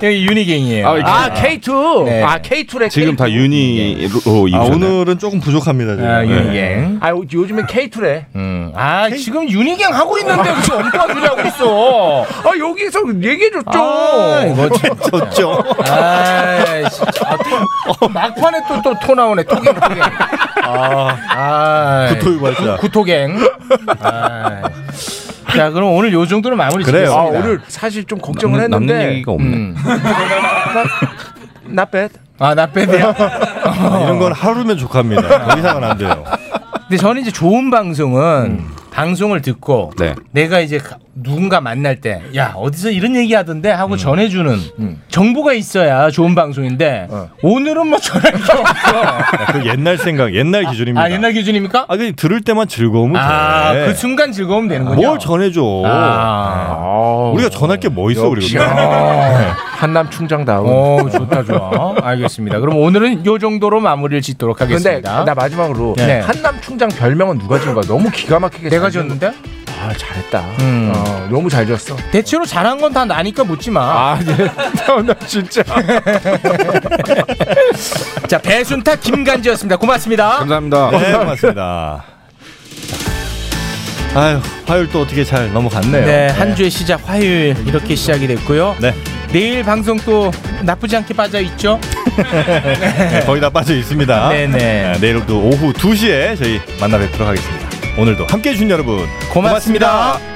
[SPEAKER 8] 여기 유니갱이에요.
[SPEAKER 18] 아,
[SPEAKER 17] 아 K2
[SPEAKER 8] 네.
[SPEAKER 17] 아 K2래
[SPEAKER 18] 지금 다 유니로
[SPEAKER 9] 아,
[SPEAKER 18] 입으셨네.
[SPEAKER 9] 오늘은 조금 부족합니다. 지금. 네.
[SPEAKER 8] 아, 유니갱.
[SPEAKER 17] 아 요- 요즘엔 K2래
[SPEAKER 8] 아 지금 유니갱 하고 있는데 무슨 엄청 소리 하고 있어.
[SPEAKER 17] 아 여기서 얘기해줬죠
[SPEAKER 8] 이거 졌죠. 아, 진짜. 아, 토- 막판에 또 또 토 나오네. 토갱 토갱. 아, 아
[SPEAKER 9] 구토 유발자.
[SPEAKER 8] 구, 토갱 아, 자 그럼 오늘 요 정도로 마무리
[SPEAKER 17] 그래요.
[SPEAKER 8] 짓겠습니다.
[SPEAKER 17] 아, 오늘 사실 좀 걱정을
[SPEAKER 8] 남-
[SPEAKER 17] 했는데
[SPEAKER 8] 남는 얘기가 없네.
[SPEAKER 17] 나 뺏.
[SPEAKER 8] 아, 나 빼드야.
[SPEAKER 18] 아.
[SPEAKER 9] 이런 건 하루면 족합니다. 더 이상은 안 돼요.
[SPEAKER 8] 근데 저는 이제 좋은 방송은
[SPEAKER 17] 음.
[SPEAKER 8] 방송을 듣고
[SPEAKER 17] 네.
[SPEAKER 8] 내가 이제 가- 누군가 만날 때 야 어디서 이런 얘기 하던데 하고
[SPEAKER 17] 음.
[SPEAKER 8] 전해주는 정보가 있어야 좋은 방송인데
[SPEAKER 17] 어.
[SPEAKER 8] 오늘은 뭐 전할 게 없어.
[SPEAKER 9] 그 옛날 생각, 옛날 기준입니다.
[SPEAKER 8] 아 옛날 기준입니까?
[SPEAKER 9] 아, 그 들을 때만 즐거우면
[SPEAKER 17] 그렇죠.
[SPEAKER 8] 아,
[SPEAKER 17] 네.
[SPEAKER 9] 돼.
[SPEAKER 8] 그 순간 즐거움 되는군요.
[SPEAKER 9] 뭘 전해줘.
[SPEAKER 8] 아.
[SPEAKER 9] 우리가 전할 게 뭐 있어,
[SPEAKER 17] 역시. 아,
[SPEAKER 9] 우리가.
[SPEAKER 17] 한남 충장다운.
[SPEAKER 8] 오 어, 좋다 좋아. 알겠습니다. 그럼 오늘은 요 정도로 마무리를 짓도록
[SPEAKER 17] 근데
[SPEAKER 8] 하겠습니다.
[SPEAKER 17] 나 마지막으로
[SPEAKER 8] 네.
[SPEAKER 17] 한남 충장 별명은 누가 지은 거야? 너무 기가 막히게 잘
[SPEAKER 8] 내가
[SPEAKER 17] 지은-
[SPEAKER 8] 지었는데?
[SPEAKER 17] 아 잘했다.
[SPEAKER 8] 음.
[SPEAKER 17] 어, 너무 잘 지었어.
[SPEAKER 8] 대체로 잘한 건 다 나니까 묻지 마.
[SPEAKER 17] 아, 네. 나 진짜.
[SPEAKER 8] <laughs> 자, 배순탁 김간지였습니다. 고맙습니다.
[SPEAKER 18] 감사합니다.
[SPEAKER 9] 네, 고맙습니다. 아유, 화요일 또 어떻게 잘 넘어갔네요.
[SPEAKER 8] 네, 한 주의 시작 화요일 이렇게 시작이 됐고요.
[SPEAKER 9] 네.
[SPEAKER 8] 내일 방송 또 나쁘지 않게 빠져 있죠?
[SPEAKER 9] 네, 거의 다 빠져
[SPEAKER 11] 아.
[SPEAKER 9] 있습니다.
[SPEAKER 8] 네네.
[SPEAKER 9] 내일도 오후 2시에 저희 만나 뵙도록 하겠습니다. 오늘도 함께 해주신 여러분
[SPEAKER 8] 고맙습니다.
[SPEAKER 9] 고맙습니다.